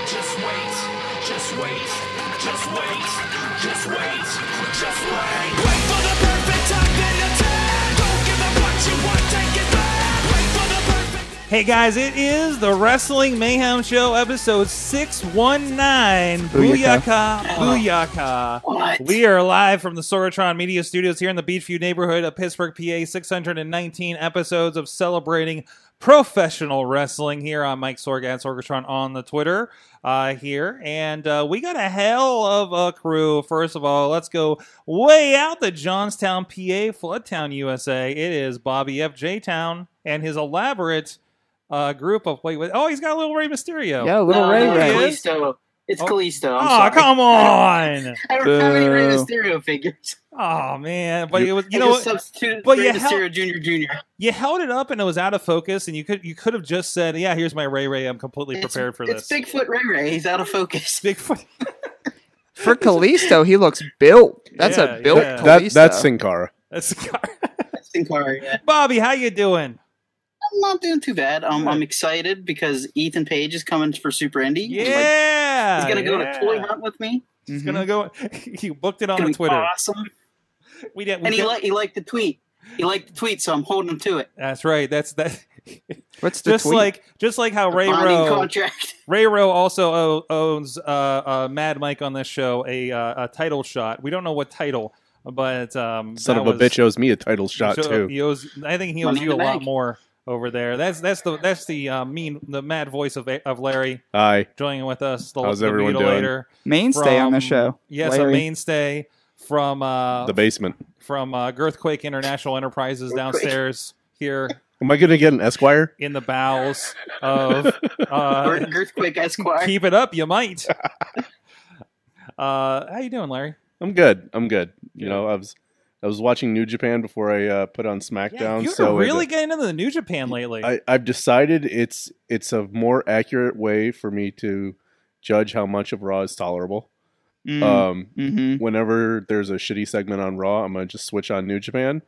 Just wait, just wait, just wait, just wait, just wait. Wait for the perfect time, then attack. Don't give up what you want, take it back. Wait for the perfect. Hey guys, it is the Wrestling Mayhem Show, episode 619. Booyaka, Booyaka. booyaka. We are live from the Sorotron Media Studios here in the Beachview neighborhood of Pittsburgh, PA. 619 episodes of celebrating professional wrestling here on Mike Sorg at Sorgatron on the Twitter uh, here. And uh, we got a hell of a crew. First of all, let's go way out to Johnstown, PA, Floodtown, USA. It is Bobby F.J. Town and his elaborate uh, group of wait, wait. Oh, he's got a little Ray Mysterio. Yeah, little No, Ray no, Ray. Ray. It's Kalisto. It's Oh. Kalisto. I'm Oh, sorry. come on. I don't have any Rey Boo. Mysterio figures. Oh man, but You- it was you I know just what? substituted but Rey you hel- Mysterio Junior Junior. you held it up and it was out of focus and you could you could have just said, "Yeah, here's my Ray Ray. I'm completely prepared for it's this." Bigfoot Ray Ray. He's out of focus. Bigfoot. For Kalisto, he looks built. That's Yeah, a built yeah. Kalisto. That, that's Sin Cara. That's That's Sin Cara, yeah. Bobby, how you doing? I'm not doing too bad. Um, Yeah. I'm excited because Ethan Page is coming for Super Indy. Like, Yeah. he's gonna go yeah. to Toy Hunt with me. He's gonna go. He booked it It's Mm-hmm. gonna on be Twitter. awesome. We didn't. We And he didn't- li- he liked the tweet. He liked the tweet, so I'm holding him to it. that's right. That's that. What's the just tweet? like just like how Ray Binding Rowe contract. Ray Rowe also o- owns uh, uh, Mad Mike on this show a, uh, a title shot. We don't know what title, but um, Son that of a was- bitch owes me a title shot So too. He owes, I think he Money owes in you a the lot bank. more over there. That's that's the that's the uh, mean the mad voice of of Larry Aye. joining with us. The, How's the everyone doing? mutilator mainstay on the from- show. Yes, a Larry. mainstay from uh, the basement. from uh, Girthquake International Enterprises Girthquake. downstairs here Am I gonna get an Esquire? in the bowels of Or uh, Earthquake Esquire. keep it up, you might. Uh, how you doing, Larry? I'm good. I'm good. You know, I was I was watching New Japan before I uh, put on SmackDown. you're so it- really getting into the New Japan lately. I, I've decided it's it's a more accurate way for me to judge how much of Raw is tolerable. uh, Mm, Um, mhm. whenever there's a shitty segment on Raw, I'm gonna just switch on New Japan,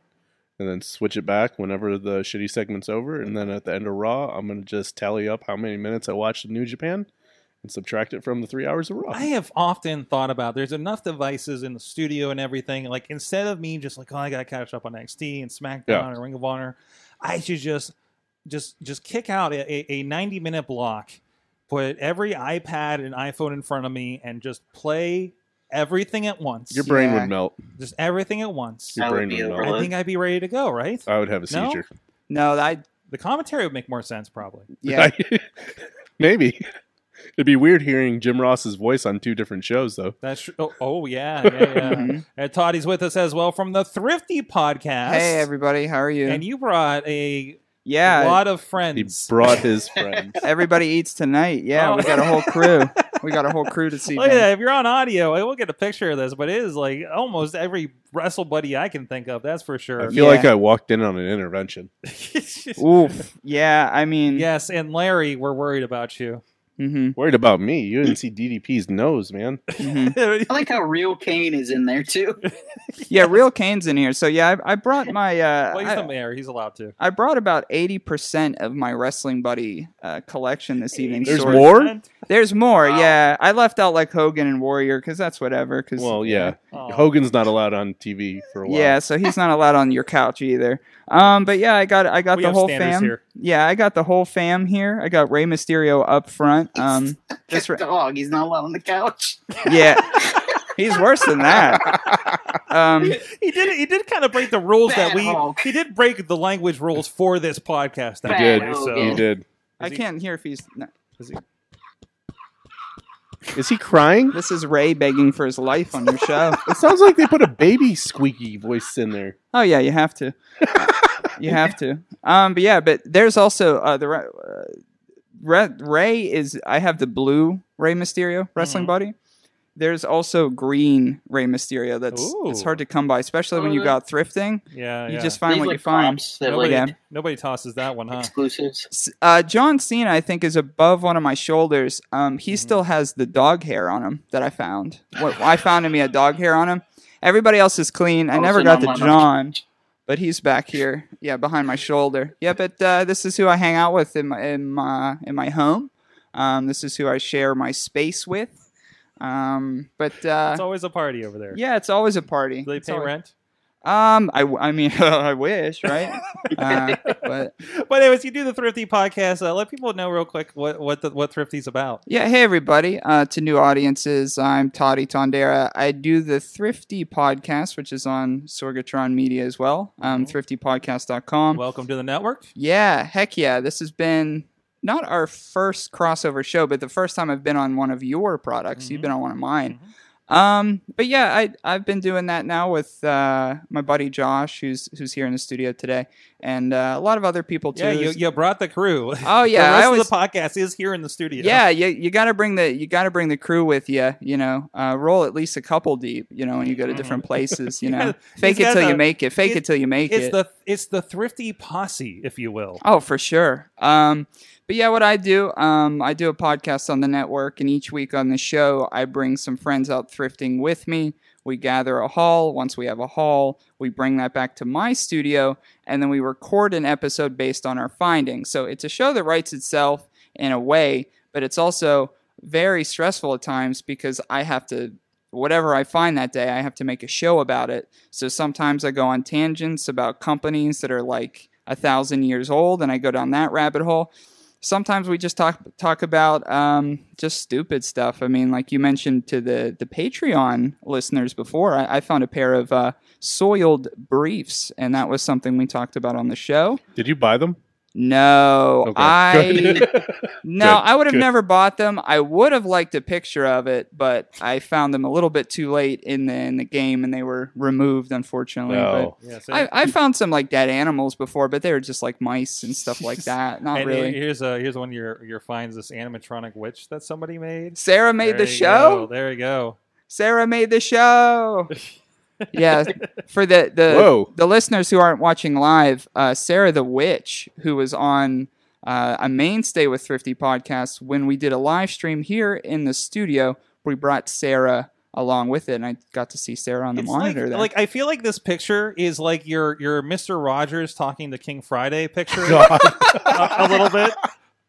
and then switch it back whenever the shitty segment's over, and then at the end of Raw, I'm gonna just tally up how many minutes I watched of New Japan, and subtract it from the three hours of Raw. I have often thought about there's enough devices in the studio and everything. Like instead of me just like, oh, I gotta catch up on NXT and SmackDown Yeah. or Ring of Honor, I should just just just kick out a, a, a 90 minute block, put every iPad and iPhone in front of me, and just play everything at once. Your brain Yeah. would melt. just everything at once. Your That would brain be would a melt. I think I'd be ready to go. Right? I would have a No? seizure. no, I The commentary would make more sense probably. yeah. Maybe. It'd be weird hearing Jim Ross's voice on two different shows, though. That's tr- oh, oh yeah, yeah, yeah. Mhm. and Toddy's with us as well from the Thrifty Podcast. Hey everybody, how are you? And you brought a yeah, lot of He friends. brought his friends. everybody eats tonight. Yeah, Oh. we got a whole crew. we got a whole crew to see. Look at that. If you're on audio, I will get a picture of this, but it is like almost every wrestle buddy I can think of. That's for I sure. feel Yeah. like I walked in on an intervention. Oof. Yeah, I mean, yes, and Larry, we're worried about you. hmm Worried about me. You didn't see DDP's nose, man. hmm I like how real Kane is in there too. yeah. Real Kane's in here, so yeah, I, I brought my. Uh, well, he's I- the mayor. He's allowed to. I brought about 80% of my wrestling buddy uh, collection this evening. There's Sorg. more? There's more, Wow. yeah. I left out like Hogan and Warrior because that's whatever. Cause, Well, yeah. Aw. Hogan's not allowed on TV for a while. yeah, so he's not allowed on your couch either. Um, but yeah, I got I got We the have whole standards fam. here. Yeah, I got the whole fam here. I got Rey Mysterio up front. Um, just re- dog. He's not allowed on the couch. yeah, he's worse than that. Um, He did. He did kind of break the rules that Bad we. Hulk. He did break the language rules for this podcast. He He actually, did. Bad So He Hogan. did. I he- can't hear if he's. No, Is he crying? this is Ray begging for his life on your show. It sounds like they put a baby squeaky voice in there. Oh yeah, you have to. you have to. Um, but yeah, but there's also uh, the re- uh, Re- Ray is. I have the blue Ray Mysterio wrestling Mhm. buddy, there's also green Rey Mysterio that's it's Ooh. hard to come by, especially when Oh, you yeah. got thrifting. Yeah, You yeah. just find These, what like, you find. props that Nobody- like Yeah. Nobody tosses that one, huh? exclusives. S- Uh, John Cena, I think, is above one of my shoulders. Um, Mm-hmm. he still has the dog hair on him that I found. What I found him, he had dog hair on him. Everybody else is clean. I Also never got not to mine. John, but he's back here. Yeah, behind my shoulder. Yeah, but uh, this is who I hang out with in my in my, in my home. Um, this is who I share my space with. Um, but uh, It's always a party over there. yeah, it's always a party. Do they It's pay always- rent? Um, I, w- I mean, I wish, right? uh, but But anyways, you do the Thrifty podcast. Uh, let people know real quick what what the, what Thrifty's about. Yeah, hey everybody. Uh, to new audiences, I'm Toddy Tondera. I do the Thrifty Podcast, which is on Sorgatron Media as well, um, thriftypodcast.com. Welcome to the network. yeah, heck yeah. This has been not our first crossover show, but the first time I've been on one of your products. You've been on one of mine. Um, but yeah, I, I've been doing that now with uh, my buddy Josh, who's who's here in the studio today, and uh, a lot of other people too. Yeah, you, you brought the crew. oh yeah, the rest I always of the podcast is here in the studio. yeah, you, you got to bring the you got to bring the crew with you. You know, uh, roll at least a couple deep. You know, when you go to different places. You know, Mm-hmm. Yeah, fake he's it got till the- you make it. Fake it- it, till you make uh, it's it. the it's the Thrifty posse, if you will. oh, for sure. Um, but yeah, what I do, um, I do a podcast on the network, and each week on the show, I bring some friends out thrifting with me. We gather a haul. Once we have a haul, we bring that back to my studio, and then we record an episode based on our findings. So it's a show that writes itself in a way, but it's also very stressful at times because I have to whatever I find that day, I have to make a show about it. So sometimes I go on tangents about companies that are like a thousand years old, and I go down that rabbit hole. Sometimes we just talk talk about um, just stupid stuff. I mean, like you mentioned to the the Patreon listeners before, I, I found a pair of uh, soiled briefs, and that was something we talked about on the show. Did you buy them? No, Okay. I no, Good, I would have good. never bought them. I would have liked a picture of it, but I found them a little bit too late in the in the game, and they were removed, unfortunately. no. Yeah, so- But I, I found some like dead animals before, but they were just like mice and stuff like that. Not and uh, really. here's a here's one of your your finds this animatronic witch that somebody made. Sarah made There the you go, show. There you go. Sarah made the show. yeah, for the the Whoa. the listeners who aren't watching live, uh, Sarah the witch, who was on uh, a mainstay with Thrifty Podcast when we did a live stream here in the studio, we brought Sarah along with it, and I got to see Sarah on the It's monitor. like, there. like, I feel like this picture is like your your Mister Rogers talking to King Friday picture. God. a, a little bit.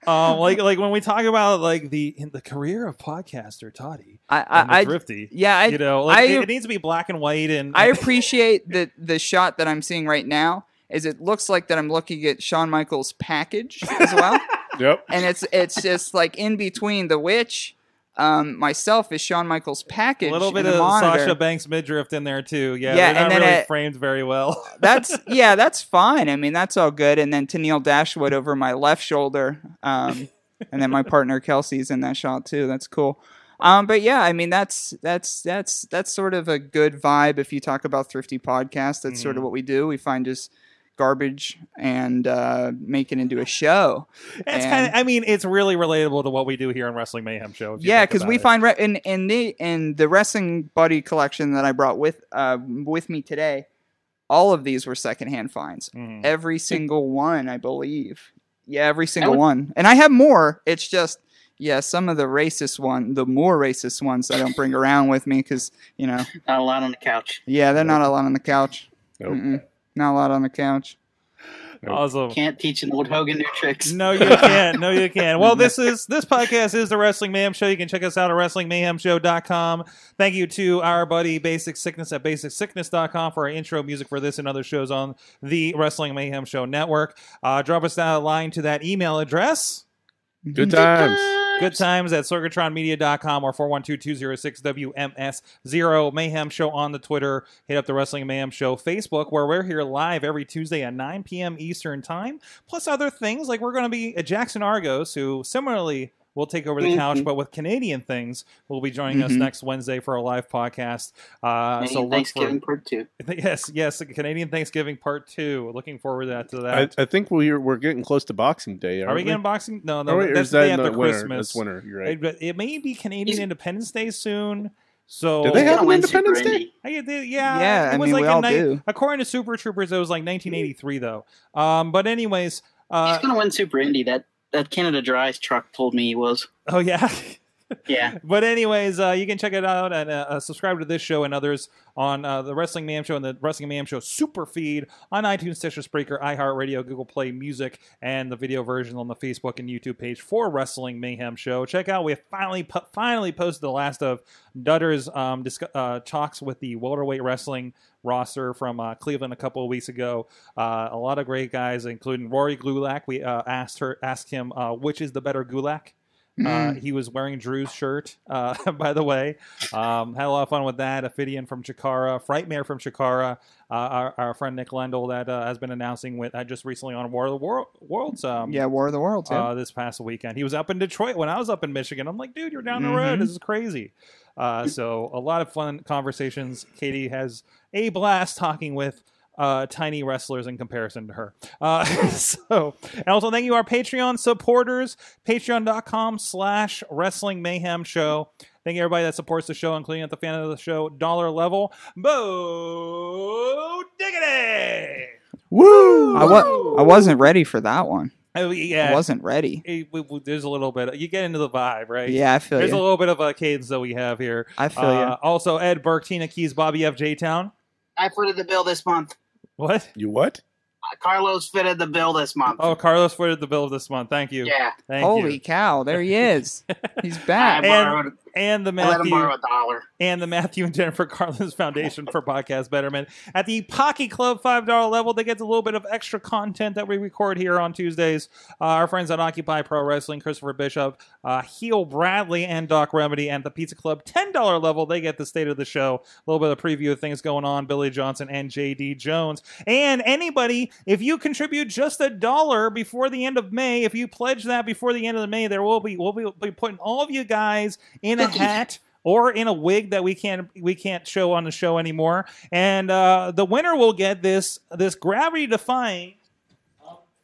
Um, like like when we talk about like the in the career of podcaster Toddy, I, and the I, I thrifty, yeah, I, you know, like I- it, it needs to be black and white and I appreciate that the shot that I'm seeing right now is it looks like that I'm looking at Shawn Michaels package as well. Yep. and it's it's just like in between the witch, um, myself is Shawn Michaels a package. little bit and the of monitor. Sasha Banks midriff in there too. Yeah, Yeah, they're and not then really it- Oh, framed very well. That's yeah, that's fine. I mean, that's all good. And then Tennille Dashwood over my left shoulder, um, and then my partner Kelsey's in that shot too. That's cool. Um, but yeah, I mean, that's that's that's that's sort of a good vibe. If you talk about thrifty podcast, that's Mm-hmm. sort of what we do. We find just garbage and uh, make it into a show. It's And- kind of I mean, it's really relatable to what we do here on Wrestling Mayhem Show. if you Yeah, think because about we it. find re- in in the in the wrestling buddy collection that I brought with uh, with me today, all of these were secondhand finds. Mhm. Every single one, I believe. Yeah, every single would- one, and I have more. It's just yeah, some of the racist one, the more racist ones, I don't bring around with me because you know Not a lot on the couch. yeah, they're not a lot on the couch. Nope. Mm-mm, not a lot on the couch. awesome. Can't teach an old Hogan new tricks. No, you can't. No, you can't. Well, this is this podcast is the Wrestling Mayhem Show. You can check us out at WrestlingMayhemShow.com. Thank you to our buddy Basic Sickness at BasicSickness.com for our intro music for this and other shows on the Wrestling Mayhem Show network. Uh, drop us down a line to that email address. Mm-hmm. Good times. Good times at sorgatronmedia.com or 412-206-WMS0 Mayhem Show on the Twitter. Hit up the Wrestling Mayhem Show Facebook where we're here live every Tuesday at 9 p.m. Eastern Time. Plus other things like we're going to be uh, Jackson Argos who similarly will take over the couch but with Canadian things will be joining us Mhm. next Wednesday for a live podcast. Uh, Maybe so look Thanksgiving for part two. Yes, yes, Canadian Thanksgiving part 2. Looking forward to that. To I, that. I think we're we're getting close to Boxing Day. Are we getting Boxing? No, no, Or that's is the day that in after the winter? Christmas. That's winter. You're right. It, but it may be Canadian Is- Independence Day soon. So Did they He's have gonna an win Independence Super Day? Indy. I, they, yeah, Yeah, It I was mean, like we a all ni- do. According to Super Troopers, it was like 1983 though. Um, but anyways, uh, He's gonna win Super Indy. That that Canada Dry's truck told me he was. oh yeah. Yeah, but anyways, uh, you can check it out and uh, uh, subscribe to this show and others on uh, the Wrestling Man Show and the Wrestling Man Show Super Feed on iTunes, Stitcher, Spreaker, iHeartRadio, Google Play Music, and the video version on the Facebook and YouTube page for Wrestling Mayhem Show. Check out we have finally po- finally posted the last of Dutter's um, disc- uh, talks with the welterweight wrestling roster from uh, Cleveland a couple of weeks ago. Uh, a lot of great guys, including Rory Gulak. We uh, asked her asked him uh, which is the better Gulak. Uh, he was wearing Drew's shirt, uh, by the way. Um, had a lot of fun with that. Ophidian from Chikara, Frightmare from Chikara, uh, our, our friend Nick Lendl that uh, has been announcing with uh, just recently on War of the Wor- Worlds. Um, yeah, War of the Worlds. Yeah. uh, this past weekend. He was up in Detroit when I was up in Michigan. I'm like, dude, you're down the road. Mhm. This is crazy. Uh, so a lot of fun conversations. Katie has a blast talking with uh, tiny wrestlers in comparison to her. Uh, so, and also thank you our Patreon supporters, patreon.com slash wrestling mayhem show. Thank you everybody that supports the show, including at the fan of the show dollar level. Bo Diggity! Woo! I wa- I wasn't ready for that one. Oh, I yeah, wasn't ready. it- we- we- there's a little bit. You get into the vibe, right? Yeah, I feel There's a you. little bit of a cadence that we have here. I feel Uh, also, Ed Burke, Tina Keys, Bobby F. J. Town. I footed the bill this month. What? You what? Uh, Carlos fitted the bill this month. Oh, Carlos footed the bill of this month. Thank you. yeah, you. Thank Holy you. cow, there he is. He's I back. And- borrowed. And the I let him Matthew borrow a dollar. and the Matthew and Jennifer Carlos Foundation for Podcast Betterment. At the Pocky Club $5 level, they get a little bit of extra content that we record here on Tuesdays. Uh, our friends at Occupy Pro Wrestling, Christopher Bishop, uh, Heel Bradley, and Doc Remedy. And at the Pizza Club $10 level, they get the state of the show, a little bit of preview of things going on, Billy Johnson and JD Jones. And anybody, if you contribute just a dollar before the end of May, if you pledge that before the end of the May, there will be, we'll be, be putting all of you guys in a hat or in a wig that we can't we can't show on the show anymore. And uh, the winner will get this this gravity defying,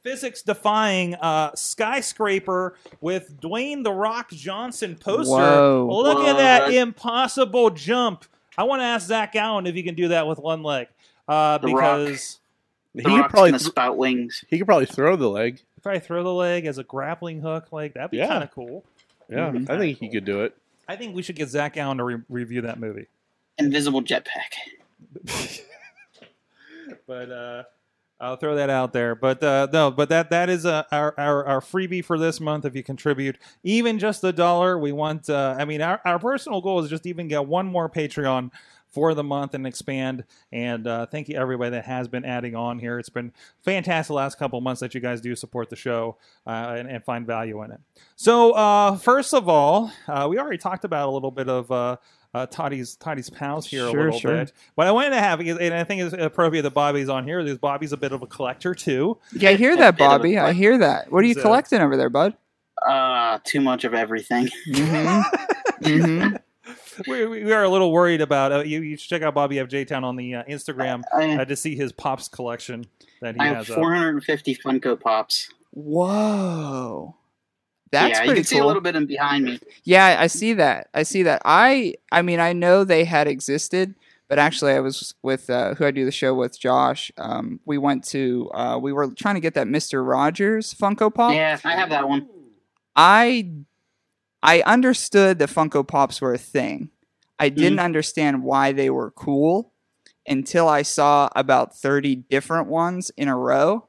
physics defying uh, skyscraper with Dwayne the Rock Johnson poster. Whoa. Look at that What? impossible jump! I want to ask Zach Allen if he can do that with one leg. Uh, The Rock. because He The could rock's probably gonna th- spout wings. he could probably throw the leg. if I throw the leg as a grappling hook, like that'd be Yeah. kind of cool. Yeah, Mhm. I think he could do it. I think we should get Zach Allen to re- review that movie. Invisible jetpack. but uh, I'll throw that out there. But uh, no, but that that is uh, our, our our freebie for this month. If you contribute even just a dollar, we want. Uh, I mean, our our personal goal is just even get one more Patreon for the month and expand. And uh, thank you everybody that has been adding on here. It's been fantastic the last couple of months that you guys do support the show uh, and, and find value in it. So uh, first of all, uh, we already talked about a little bit of. Uh, uh, Toddy's Toddy's pals here Sure, a little sure. bit, but I wanted to have, and I think it's appropriate that Bobby's on here because Bobby's a bit of a collector too. yeah, I hear a that, bit of a Bobby. I hear that. What are you So- collecting over there, bud? Uh, too much of everything. Mm-hmm. mm-hmm. We, we we are a little worried about. Uh, you, you should check out Bobby FJ Town on the uh, Instagram I, uh, to see his pops collection that he I have has. up. 450 Funko Pops. Whoa. That's yeah, you pretty can see cool. a little bit in behind me. Yeah, I see that. I see that. I I mean, I know they had existed, but actually, I was with uh, who I do the show with, Josh. Um, we went to uh, we were trying to get that Mister Rogers Funko Pop. Yeah, I have that one. I I understood that Funko Pops were a thing. I Mm-hmm. didn't understand why they were cool until I saw about 30 different ones in a row.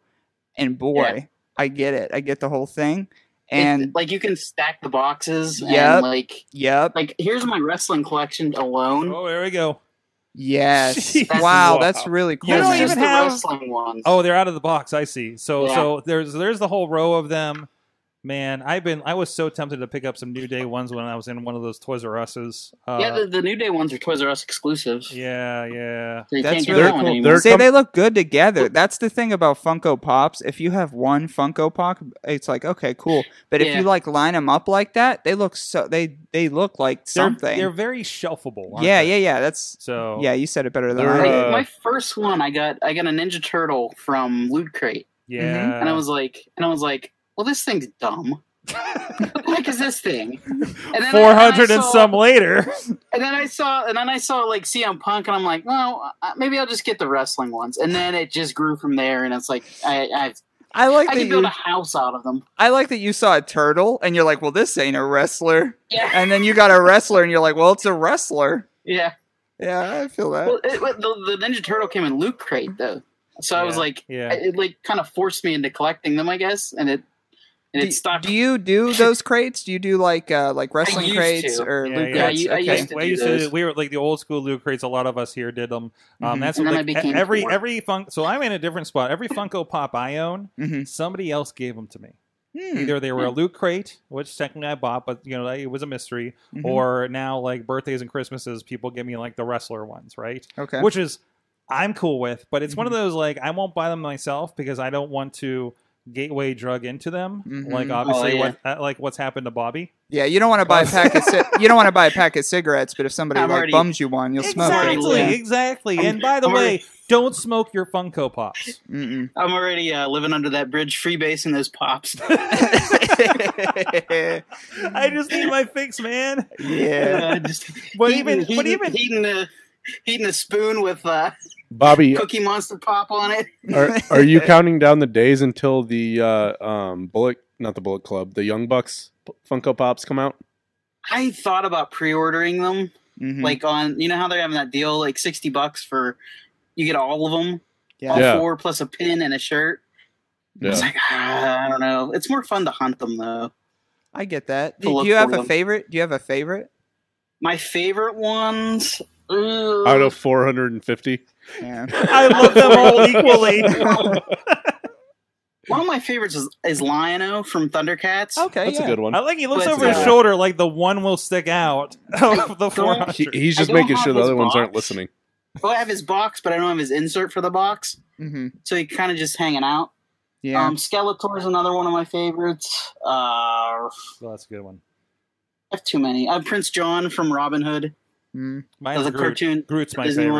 And boy, Yeah. I get it. I get the whole thing. And And like you can stack the boxes. Yep. And like, yep. like here's my wrestling collection alone. Oh, there we go. Yes. Jeez. wow, Wow. that's really cool. You don't That's man. even just the have- wrestling ones. Oh, they're out of the box. I see. So Yeah. so there's there's the whole row of them. Man, I've been I was so tempted to pick up some New Day ones when I was in one of those Toys R Us's. Uh, yeah, the, the New Day ones are Toys R Us exclusives. Yeah. yeah, yeah. So you That's can't get really that one cool. anymore. They're- Say com- they look good together. That's the thing about Funko Pops. If you have one Funko Pop, it's like okay, cool. But if Yeah. you like line them up like that, they look so they they look like They're, something. they're very shelfable. Aren't yeah, they? yeah, yeah. That's So yeah. You said it better than They're, I. Like, did. uh, my first one, I got I got a Ninja Turtle from Loot Crate, yeah. and I was like, and I was like, well, this thing's dumb. I heck is this thing? And then I- Four hundred I and saw- some later. And then I saw, and then I saw like CM Punk, and I'm like, no, uh, maybe I'll just get the wrestling ones. And then it just grew from there, and it's like I, I, I like I that can build you. a house out of them. I like that you saw a turtle and you're like, well, this ain't a wrestler. Yeah, And then you got a wrestler and you're like, well, it's a wrestler. yeah. Yeah, I feel that. Well, it, well, the, the Ninja Turtle came in Loot Crate though, so I was Yeah, like, yeah. it, it, like kind of forced me into collecting them, I guess, and it and Do, it stopped. do you do those crates? Do you do like uh, like wrestling used crates to. or Yeah, loot yeah. crates? Yeah, I u- I okay. used to Well, I do used those. Mm-hmm. to- we were like the old school loot crates. A lot of us here did them. Um, Mhm. That's And what, then like, I became every poor. every funk. So I'm in a different spot. Every Funko Pop I own, Mhm. somebody else gave them to me. Hmm. Either they were a loot crate, which technically I bought, but you know it was a mystery, Mhm. or now like birthdays and Christmases, people give me like the wrestler ones, right? mm-hmm, okay. Mm-hmm. Which is I'm cool with, but it's one of those like I won't buy them myself because I don't want to gateway drug into them. Mhm. Like obviously, Oh, yeah. what uh, like what's happened to Bobby? Yeah, you don't want to buy a pack of ci- you don't want to buy a pack of cigarettes, but if somebody I'm like already- bums you one, you'll smoke Exactly, Yeah. it. exactly. I'm- And by the I'm way, already- don't smoke your Funko Pops. Yeah. I'm already uh, living under that bridge, freebasing those pops. Mm-mm. I just need my fix, man. yeah. Uh, just But heating- even, but heating- even, heating a heating a spoon with uh, Bobby, Cookie Monster pop on it. are, are you counting down the days until the uh, um, Bullet, not the Bullet Club, the Young Bucks p- Funko Pops come out? I thought about pre-ordering them, Mhm. like on you know how they're having that deal, like sixty bucks for you get all of them, all Yeah. four plus a pin and a shirt. It's like ah, I don't know. It's more fun to hunt them though. I get that. To Do, look do you have for a them. favorite? Do you have a favorite? My favorite ones. Ooh. Out of 450. Yeah. I love them all equally. One of my favorites is, is Lion-O from Thundercats. Okay. That's yeah. a good one. I like he looks Let's over his go. shoulder like the one will stick out of the four He- hundred. he's just I don't making have sure the his other ones box. aren't listening. Well, I have his box, but I don't have his insert for the box, hmm so he kind of just hanging out. Yeah. Um, Skeletor is another one of my favorites. Uh, I Well, that's a good one. have too many. Uh, Prince John from Robin Hood. Mm. Mine's As a Groot. cartoon. Groot's my Disney favorite.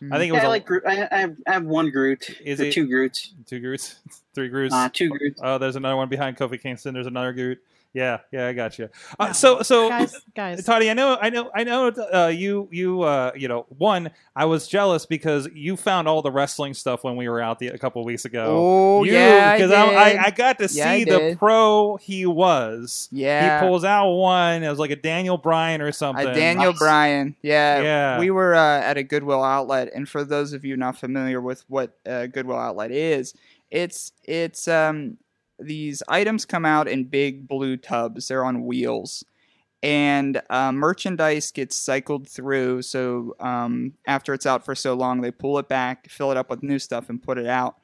one. I think it Yeah, was I a- like Groot. I, I, have, I have one Groot. Is or it- two Groots? two Groots, three Groots. Uh, two Groots. oh, there's another one behind Kofi Kingston. There's another Groot. Yeah, yeah, I got you. Uh, so, so guys, guys. Toddy, I know, I know, I know. Uh, you, you, uh, you know. One, I was jealous because you found all the wrestling stuff when we were out the, a couple weeks ago. Oh you, yeah. because I, I, I got to see Yeah, I the did. pro he was. yeah. He pulls out one. It was like a Daniel Bryan or something. Uh, Daniel Nice. Bryan. Yeah. Yeah. We were uh, at a Goodwill outlet, and for those of you not familiar with what uh, Goodwill outlet is, it's it's um these items come out in big blue tubs. They're on wheels. And uh, merchandise gets cycled through. So um, after it's out for so long, they pull it back, fill it up with new stuff, and put it out.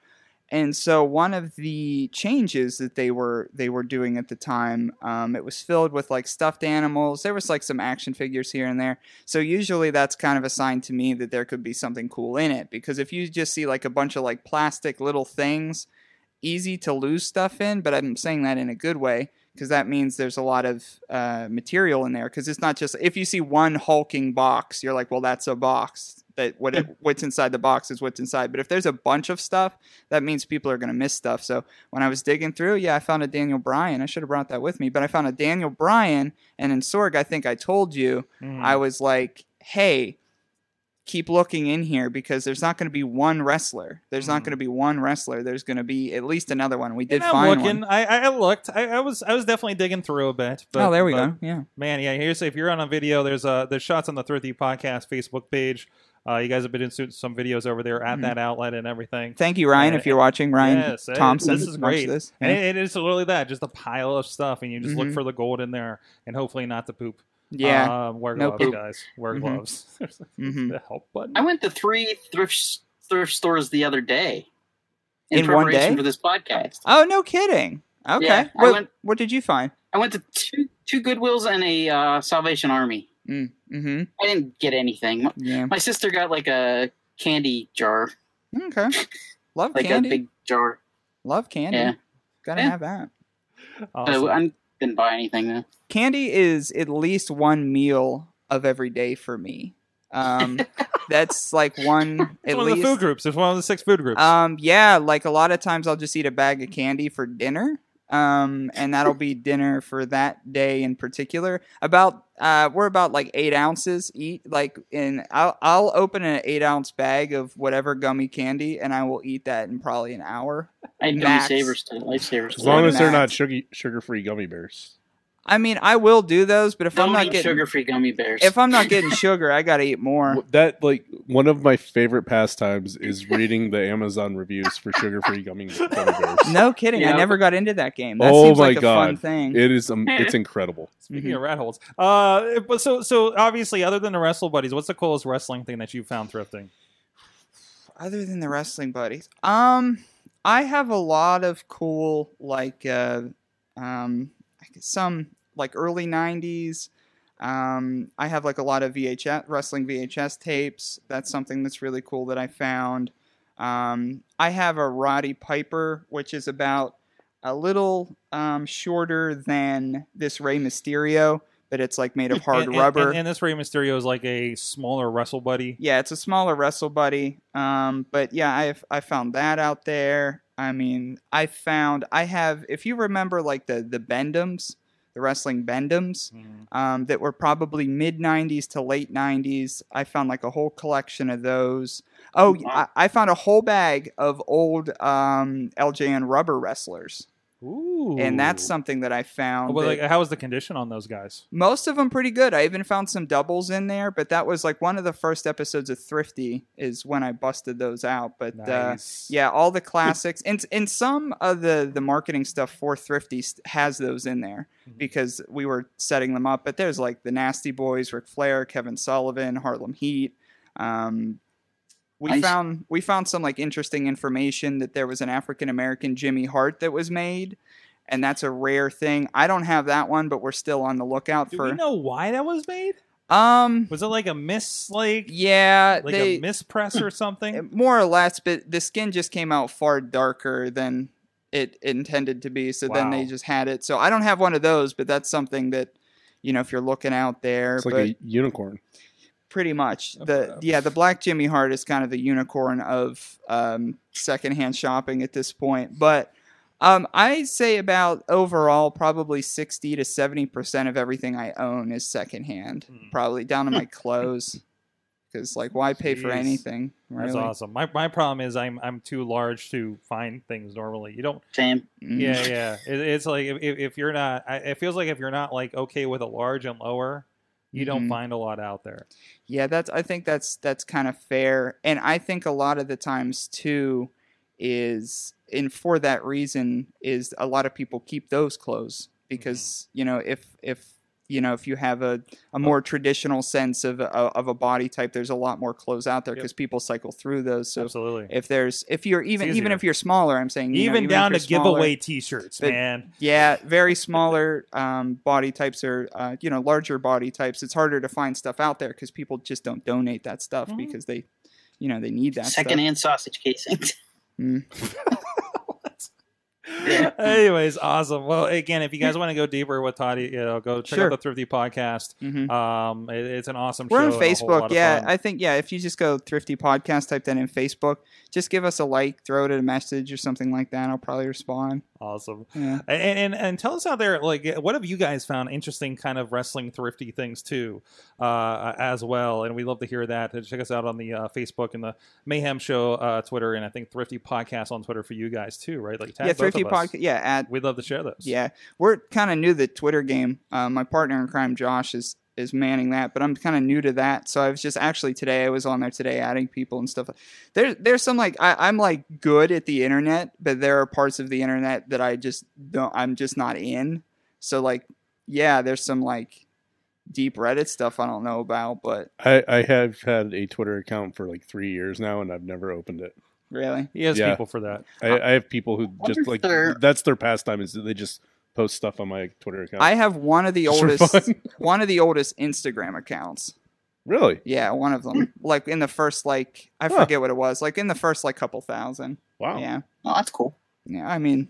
And so one of the changes that they were they were doing at the time, um, it was filled with like stuffed animals. There was like some action figures here and there. So usually that's kind of a sign to me that there could be something cool in it because if you just see like a bunch of like plastic little things, easy to lose stuff in. But I'm saying that in a good way because that means there's a lot of uh, material in there because it's not just if you see one hulking box, you're like, well, that's a box. That what it, what's inside the box is what's inside. But if there's a bunch of stuff that means people are going to miss stuff. So when I was digging through, yeah, I found a Daniel Bryan. I should have brought that with me, but I found a Daniel Bryan. And in Sorg, I think I told you, Mhm. I was like, hey, keep looking in here because there's not going to be one wrestler. There's not Mhm. going to be one wrestler. There's going to be at least another one. We did And I'm find looking. one. Oh, I, I looked. I, I was. I was definitely digging through a bit. But, oh, there we but go. Yeah. man yeah here's if you're on a video there's uh there's shots on the thrifty podcast facebook page uh you guys have been in some some videos over there at Mhm. that outlet and everything Thank you, Ryan, if you're watching. Ryan Yes, hey, Thompson. this is watch great. This. and Yeah. it, it is literally that just a pile of stuff and you just look Mhm. for the gold in there and hopefully not the poop Yeah. uh, wear No gloves poop. guys wear Mhm. gloves Mhm. the help button I went to three thrift thrift stores the other day In one preparation day? for this podcast. oh, no kidding. Okay. Yeah, I what, went- what did you find? I went to two two Goodwills and a uh, Salvation Army. Mm-hmm. I didn't get anything. My- Yeah. My sister got like a candy jar, Okay. Love like candy. a big jar. Love candy. Yeah. Gotta Yeah. have that. Awesome. So I didn't buy anything though. candy is at least one meal of every day for me. Um, that's like one it's at one of least. the food groups it's one of the six food groups Um, yeah, like a lot of times I'll just eat a bag of candy for dinner. um, and that'll be dinner for that day in particular. About uh, we're about like eight ounces eat. Like in, I'll I'll open an eight ounce bag of whatever gummy candy, and I will eat that in probably an hour. I know Max. savers to lifesavers. As long as they're not Max. sugar sugar free gummy bears. I mean, I will do those, but if Don't I'm not eat getting sugar-free gummy bears. if I'm not getting sugar, I gotta eat more. That like one of my favorite pastimes is reading the Amazon reviews for sugar free gummy, gummy bears. No kidding, I Yeah. never got into that game. That Oh seems my like a fun God. thing. It is um, it's incredible. Speaking Mm-hmm. of rat holes, uh, but so so obviously, other than the wrestle buddies, what's the coolest wrestling thing that you found thrifting? other than the wrestling buddies um i have a lot of cool like uh um like some like early 90s um i have like a lot of vhs wrestling vhs tapes that's something that's really cool that i found um i have a roddy piper which is about a little um shorter than this Rey mysterio but it's like made of hard And- and- rubber And, and this Rey Mysterio is like a smaller wrestle buddy. yeah, it's a smaller wrestle buddy. Um, but yeah, I I found that out there. I mean, I found I have if you remember like the the Bendums, the wrestling Bendums, um, that were probably mid '90s to late '90s. I found like a whole collection of those. Oh, I, I found a whole bag of old um, LJN rubber wrestlers, Mm-hmm. Ooh, and that's something that I found. Well, that- like, how was the condition on those guys? most of them pretty good. I even found some doubles in there, but that was like one of the first episodes of Thrifty is when I busted those out. But uh, Nice. yeah, all the classics and and some of the the marketing stuff for Thrifty st- has those in there because we were setting them up. But there's like the Nasty Boys, Ric Flair, Kevin Sullivan, Harlem Heat. Um, we Nice. found we found some like interesting information that there was an African American Jimmy Hart that was made. And that's a rare thing. I don't have that one, but we're still on the lookout Do for. we know why that was made? Um, Was it like a miss, like yeah, like they a mispress or something? more or less, but the skin just came out far darker than it intended to be. So then they Wow. just had it. So I don't have one of those, but that's something that you know if you're looking out there. It's like but a unicorn. pretty much Uh, the yeah the black Jimmy Hart is kind of the unicorn of um, secondhand shopping at this point, but. Um, I say about overall probably sixty to seventy percent of everything I own is secondhand. Hmm. Probably down to my clothes, because like why pay for Jeez. anything? Really? That's awesome. My my problem is I'm I'm too large to find things normally. You don't. Same. Mm. Yeah, yeah. It, it's like if, if if you're not, I, it feels like if you're not like okay with a large and lower, you don't Mhm. find a lot out there. Yeah, that's I think that's that's kind of fair. And I think a lot of the times too is and for that reason is a lot of people keep those clothes because, you know, if if you know, if you have a, a more traditional sense of a, of a body type, there's a lot more clothes out there Yep. because people cycle through those. So Absolutely. if there's if you're even even easier. if you're smaller, I'm saying you know, even down to if you're smaller- giveaway T-shirts, But- man. yeah, very smaller um, body types or uh, you know larger body types. It's harder to find stuff out there because people just don't donate that stuff Mhm. because they, you know, they need that. stuff. Secondhand sausage casings. Anyways, awesome. Well, again, if you guys want to go deeper with Todd, you know, go check Sure. out the Thrifty Podcast. Mhm. Um, it- it's an awesome We're show. on and a whole lot Facebook. of Yeah, fun. I think yeah. If you just go Thrifty Podcast, type that in Facebook. Just give us a like, throw it at a message or something like that. I'll probably respond. awesome. Yeah. And, and and tell us out there, like, what have you guys found interesting kind of wrestling thrifty things too, uh, as well? And we love to hear that. And Check us out on the uh, Facebook and the Mayhem Show uh, Twitter, and I think Thrifty Podcast on Twitter for you guys too, right? Like, tag both yeah, of Thrifty us. Podcast. Yeah, at We'd love to share those. Yeah, we're kind of new to the Twitter game. Uh, my partner in crime, Josh, is is manning that, but I'm kind of new to that. So I was just actually today I was on there today adding people and stuff. There, there's some like I, I'm like good at the internet, but there are parts of the internet that I just don't. I'm just not in. So like, yeah, there's some like deep Reddit stuff I don't know about, but I, I have had a Twitter account for like three years now, and I've never opened it. really, He has Yeah. people for that. I, I have people who wonder just if like they're- that's their pastime is that they just post stuff on my Twitter account. I have one of the Just for oldest, fun. one of the oldest Instagram accounts. really? Yeah, one of them. Like in the first like I Huh. forget what it was. Like in the first like couple thousand. Wow. Yeah. Oh, that's cool. Yeah. I mean,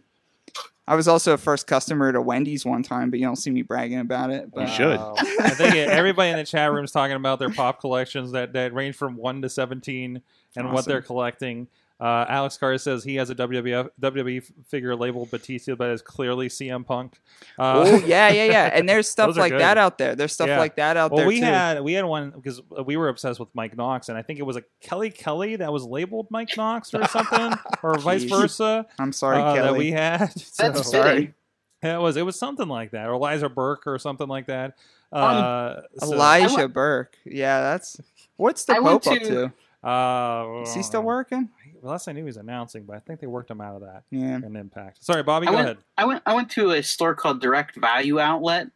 I was also a first customer to Wendy's one time, but you don't see me bragging about it. But You should. Wow. uh, I think it- everybody in the chat room is talking about their pop collections that, that range from one to seventeen and what Awesome. they're collecting. Uh, Alex Carr says he has a WWF, WWE E figure labeled Batista, but is clearly CM Punk. Uh, oh yeah, yeah, yeah. And there's stuff Those are like good. that out there. There's stuff Yeah. like that Oh, out well, there we too. had we had one because we were obsessed with Mike Knox, and I think it was a Kelly Kelly that was labeled Mike Knox or something, or vice Jeez. versa. I'm sorry, uh, that Kelly. we had. So- That's sorry. fitting. Yeah, it was it was something like that, or Eliza Burke or something like that. Uh, so- Elijah I went- Burke. Yeah, that's what's the I went Pope up to? to- uh, Is he still working? Last I knew he was announcing, but I think they worked him out of that Yeah. in Impact. Sorry, Bobby, Mm-hmm. I go went- ahead. I went I went to a store called Direct Value Outlet.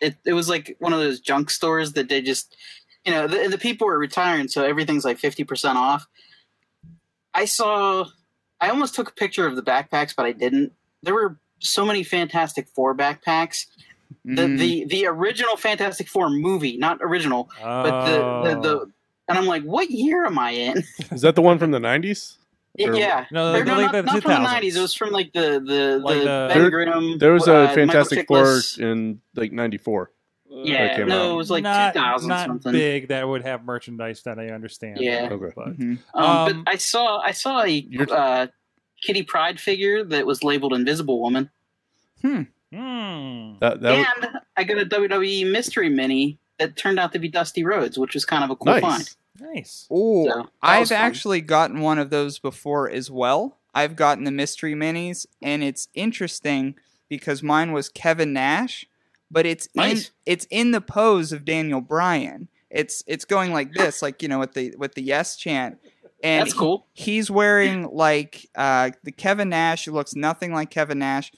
It it was like one of those junk stores that they just you know the, the people were retiring, so everything's like fifty percent off. I saw I almost took a picture of the backpacks, but I didn't. There were so many Fantastic Four backpacks. The Mm. the the original Fantastic Four movie, not original, but the, the Oh. the and I'm like, what year am I in? Is that the one from the 90s? Or- yeah. no, Or no, no, like not, Uh, the not from the 2000s. '90s. It was from like the the, Like the the- Ben There- Grimm. There was uh, a Michael Fantastic Four Chiklis. in like 94. that Yeah, came no, out. it was like not, 2000 not something. big that would have merchandise that I understand. Yeah. Okay. But, Mhm. Um, Um, but I saw I saw a You're- uh, Kitty Pride figure that was labeled Invisible Woman, Hmm. That, that and I got a WWE Mystery Mini that turned out to be Dusty Rhodes, which was kind of a cool was find. nice. Nice. Oh, So, that I've was fun. actually gotten one of those before as well. I've gotten the mystery minis, and it's interesting because mine was Kevin Nash, but it's Nice. in it's in the pose of Daniel Bryan. It's it's going like this, like you know, with the with the yes chant. And That's cool. he's wearing like uh, the Kevin Nash who looks nothing like Kevin Nash,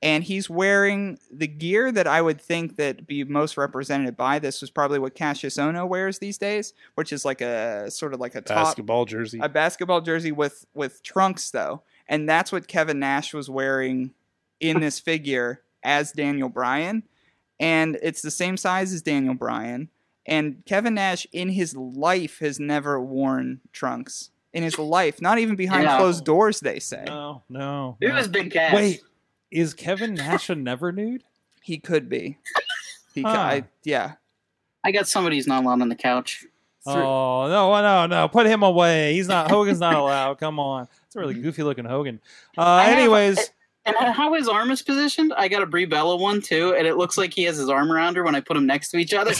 and he's wearing the gear that I would think that be most represented by this was probably what Cassius Ono wears these days, which is like a sort of like a top basketball jersey. a basketball jersey with with trunks though, and that's what Kevin Nash was wearing in this figure as Daniel Bryan, and it's the same size as Daniel Bryan. And Kevin Nash in his life has never worn trunks in his life, not even behind Yeah. closed doors. They say No, no. It no. was big ass. Wait, is Kevin Nash a never nude? he could be. He, Huh. could, I, yeah. I got somebody who's not allowed on the couch. Oh no, no, no! Put him away. He's not. Hogan's not allowed. Come on, it's a really goofy looking Hogan. Uh, Mm-hmm. I have- anyways, And how his arm is positioned, I got a Brie Bella one too, and it looks like he has his arm around her when I put them next to each other.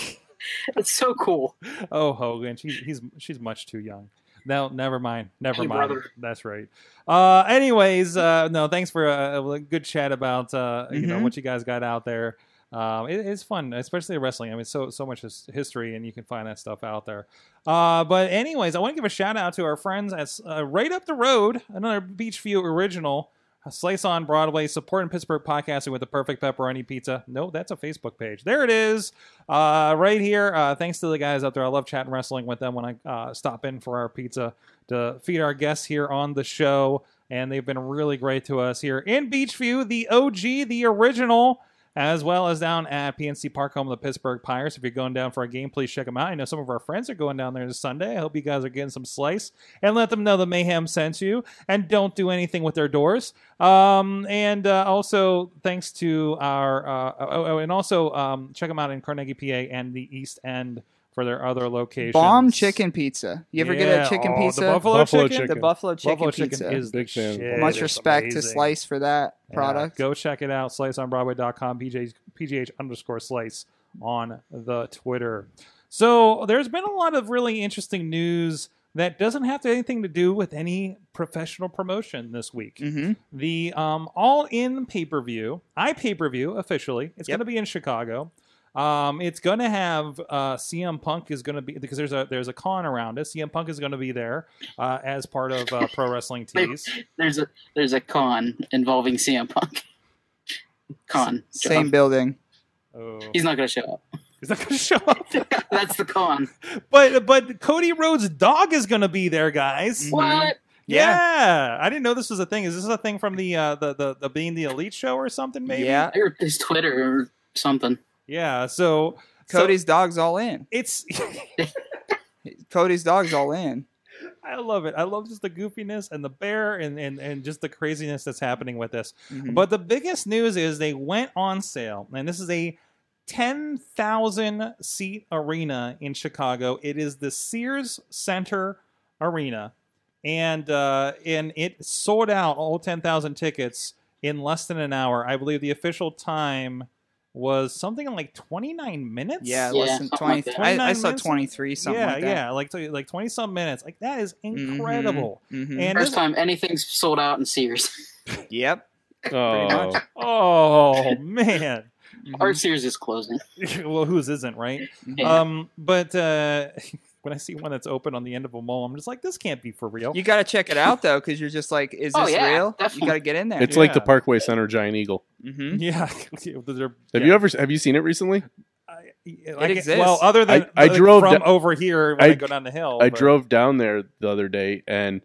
it's so cool. Oh, Hogan, she's he's she's much too young. No, never mind. Never Hey, mind. brother. That's right. Uh, anyways, uh, no, thanks for a, a good chat about uh, you know Mhm. what you guys got out there. Um, it- it's fun, especially wrestling. I mean, so so much his, history, and you can find that stuff out there. Uh, but anyways, I want to give a shout out to our friends at uh, right up the road, another Beachview original. Slice on Broadway, supporting Pittsburgh podcasting with the perfect pepperoni pizza. No, that's a Facebook page. There it is, uh, right here. Uh, thanks to the guys out there. I love chatting wrestling with them when I uh, stop in for our pizza to feed our guests here on the show, and they've been really great to us here in Beachview, the OG, the original. As well as down at PNC Park, home of the Pittsburgh Pirates. If you're going down for a game, please check them out. I know some of our friends are going down there this Sunday. I hope you guys are getting some slice and let them know the mayhem sent you. And don't do anything with their doors. Um, and uh, also thanks to our uh, oh, oh, and also um, check them out in Carnegie, PA, and the East End for their other locations. Bomb chicken pizza. You ever Yeah, get a chicken oh, pizza? The buffalo, Buffalo chicken. The chicken. buffalo chicken buffalo chicken pizza. is the Big fan of shit. Much It's respect to amazing. Slice for that Yeah, product. go check it out. SliceOnBroadway.com. PJ's PGH underscore Slice on the Twitter. So there's been a lot of really interesting news that doesn't have to anything to do with any professional promotion this week. hmm the um, All In pay per view, I pay per view officially. It's Yep. going to be in Chicago. Um, it's going to have uh, CM Punk is going to be because there's a there's a con around it. CM Punk is going to be there uh, as part of uh, Pro Wrestling Tees. There's a there's a con involving CM Punk. Con. Same building. Oh, He's not going to show up. is that going to show up? That's the con. But but Cody Rhodes' dog is going to be there, guys. Mhm. What? Yeah. I didn't know this was a thing. Is this a thing from the uh, the, the the being the elite show or something? Maybe. Yeah. I heard his Twitter or something. Yeah. So so Cody's dog's all in. it's Cody's dog's all in. I love it. I love just the goofiness and the bear and, and, and just the craziness that's happening with this. Mhm. But the biggest news is they went on sale, and this is a 10,000 seat arena in Chicago. It is the Sears Center Arena. and uh, and it sold out all ten thousand tickets in less than an hour. I believe the official time was something like twenty nine minutes. Yeah, Yeah, less than something twenty. like that. I, I 29 saw minutes? twenty three something yeah, like that. Mm-hmm. yeah, like t- like twenty some minutes. Like that is incredible. hmm And First this- time anything's sold out in Sears. yep. Oh, much. oh man, Art Sears is closing. well, whose isn't right? Mhm. Um, but uh, when I see one that's open on the end of a mall, I'm just like, this can't be for real. You got to check it out though, because you're just like, is this Oh, yeah, real? You definitely. got to get in there. it's like the Yeah. Parkway Center Giant Eagle. hmm yeah, have Have you ever have you seen it recently? I, I get- exists. Well, other than I- I like, drove from da- over here when I, I- go down the hill. I but- drove down there the other day and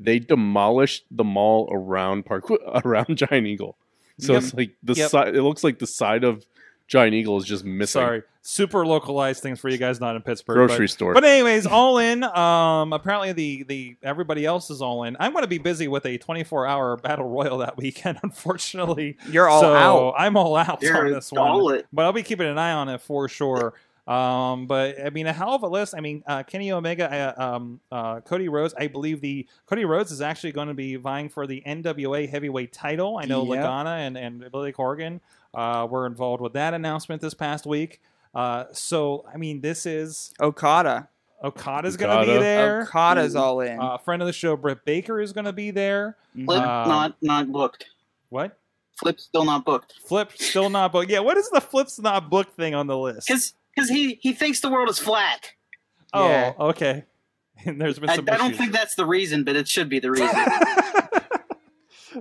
they demolished the mall around Park around Giant Eagle. So Yep. it's like the Yep. side. It looks like the side of Giant Eagle is just missing. Sorry, super localized things for you guys not in Pittsburgh. Grocery but, store. But anyways, all in. Um, apparently the the everybody else is all in. I'm going to be busy with a 24 hour battle royal that weekend. Unfortunately, You're all so out. I'm all out on You're this one. all it. but I'll be keeping an eye on it for sure. Um, but I mean, a hell of a list. I mean, uh, Kenny Omega, uh, um, uh, Cody Rhodes. I believe the Cody Rhodes is actually going to be vying for the NWA Heavyweight Title. I know Yep. Lagana and and Billy Corgan uh, were involved with that announcement this past week. Uh, so I mean, this is Okada. Okada's going to be Okada. there. Okada's all in. Mm-hmm. Uh, friend of the show, Britt Baker is going to be there. Flip Uh, not not booked. What? Flip still not booked. Flip still not booked. Yeah, what is the flips not booked thing on the list? Because he he thinks the world is flat. Oh, Yeah. okay. And there's been I, I some. don't issues. think that's the reason, but it should be the reason.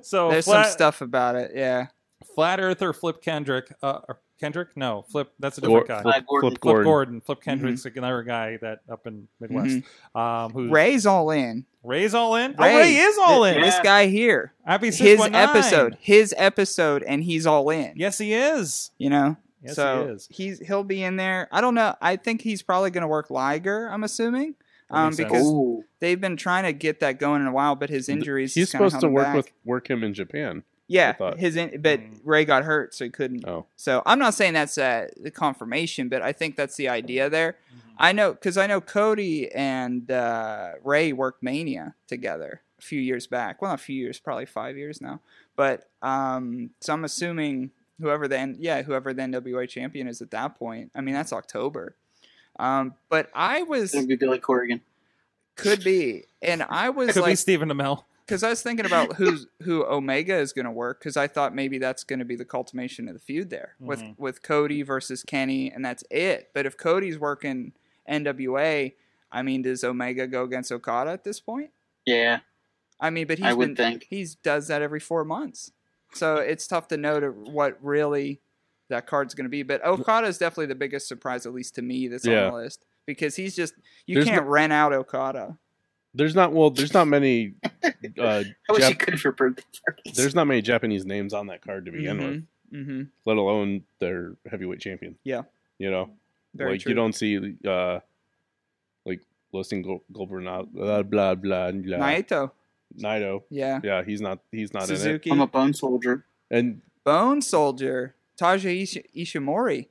so There's flat, some stuff about it. Yeah. flat Earth or Flip Kendrick? Uh, or Kendrick? No, Flip. That's a Gor- different guy. Flip, Flip, Gordon. Flip Gordon. Gordon. Mm-hmm. Flip Kendrick's another guy that up in Midwest. Um, who Ray's all in. Ray's all in. Mm-hmm. Ray. Oh, Ray is all in. This Yeah. guy here. Happy his 619. episode. His episode, and he's all in. Yes, he is. You know. Yes, so he is. he's he'll be in there. I don't know. I think he's probably going to work Liger. I'm assuming, That um, makes sense. because Ooh. they've been trying to get that going in a while, but his injuries. has He's kinda held supposed to him work back. with work him in Japan. I Yeah, thought. his in, but Mm. Ray got hurt, so he couldn't. Oh, So I'm not saying that's uh, the confirmation, but I think that's the idea there. I know because I know Cody and uh, Ray worked Mania together a few years back. Well, not a few years, probably five years now. But um, so I'm assuming whoever the N- yeah whoever the NWA champion is at that point. I mean that's October. Um, but I was It'll be Billy Corrigan. could be, and I was Could be like Stephen Amell. because I was thinking about who's who Omega is going to work because I thought maybe that's going to be the culmination of the feud there with Mm-hmm. Mhm. with Cody versus Kenny and that's it. But if Cody's working NWA, I mean, does Omega go against Okada at this point? Yeah. I mean, but he's I would been think. he's does that every four months, so it's tough to know to what really that card's going to be. But Okada is definitely the biggest surprise, at least to me, that's Yeah. on the list because he's just you There's can't rent out Okada. there's not well, there's not many. Uh, I wish Jap- you could for birthday parties. there's not many Japanese names on that card to begin with, Mm-hmm. let alone their heavyweight champion. Yeah. you know, Very like true. you don't see uh, like listing Gol- Goldberg not blah blah blah blah. Naito, Naito. yeah. Yeah, he's not. He's not in it. Suzuki, I'm a bone soldier. And Bone Soldier, Taja Ishi- Ishimori.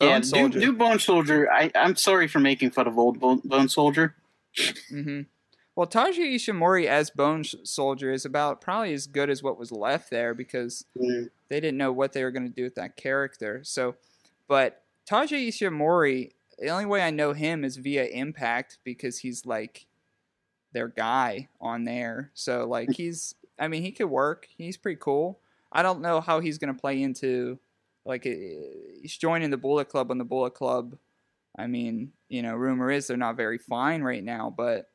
Bone yeah, new, Soldier. new Oh, Bone Soldier. I, I'm sorry for making fun of old Bone, bone Soldier. hmm Well, Taja Ishimori as Bone Sh- Soldier is about probably as good as what was left there because Mm. they didn't know what they were going to do with that character. So, but Taja Ishimori, the only way I know him is via Impact because he's like their guy on there. So, like, he's, I mean, he could work. He's pretty cool. I don't know how he's going to play into, like, eh, he's joining the Bullet Club on the Bullet Club. I mean, you know, rumor is they're not very fine right now, but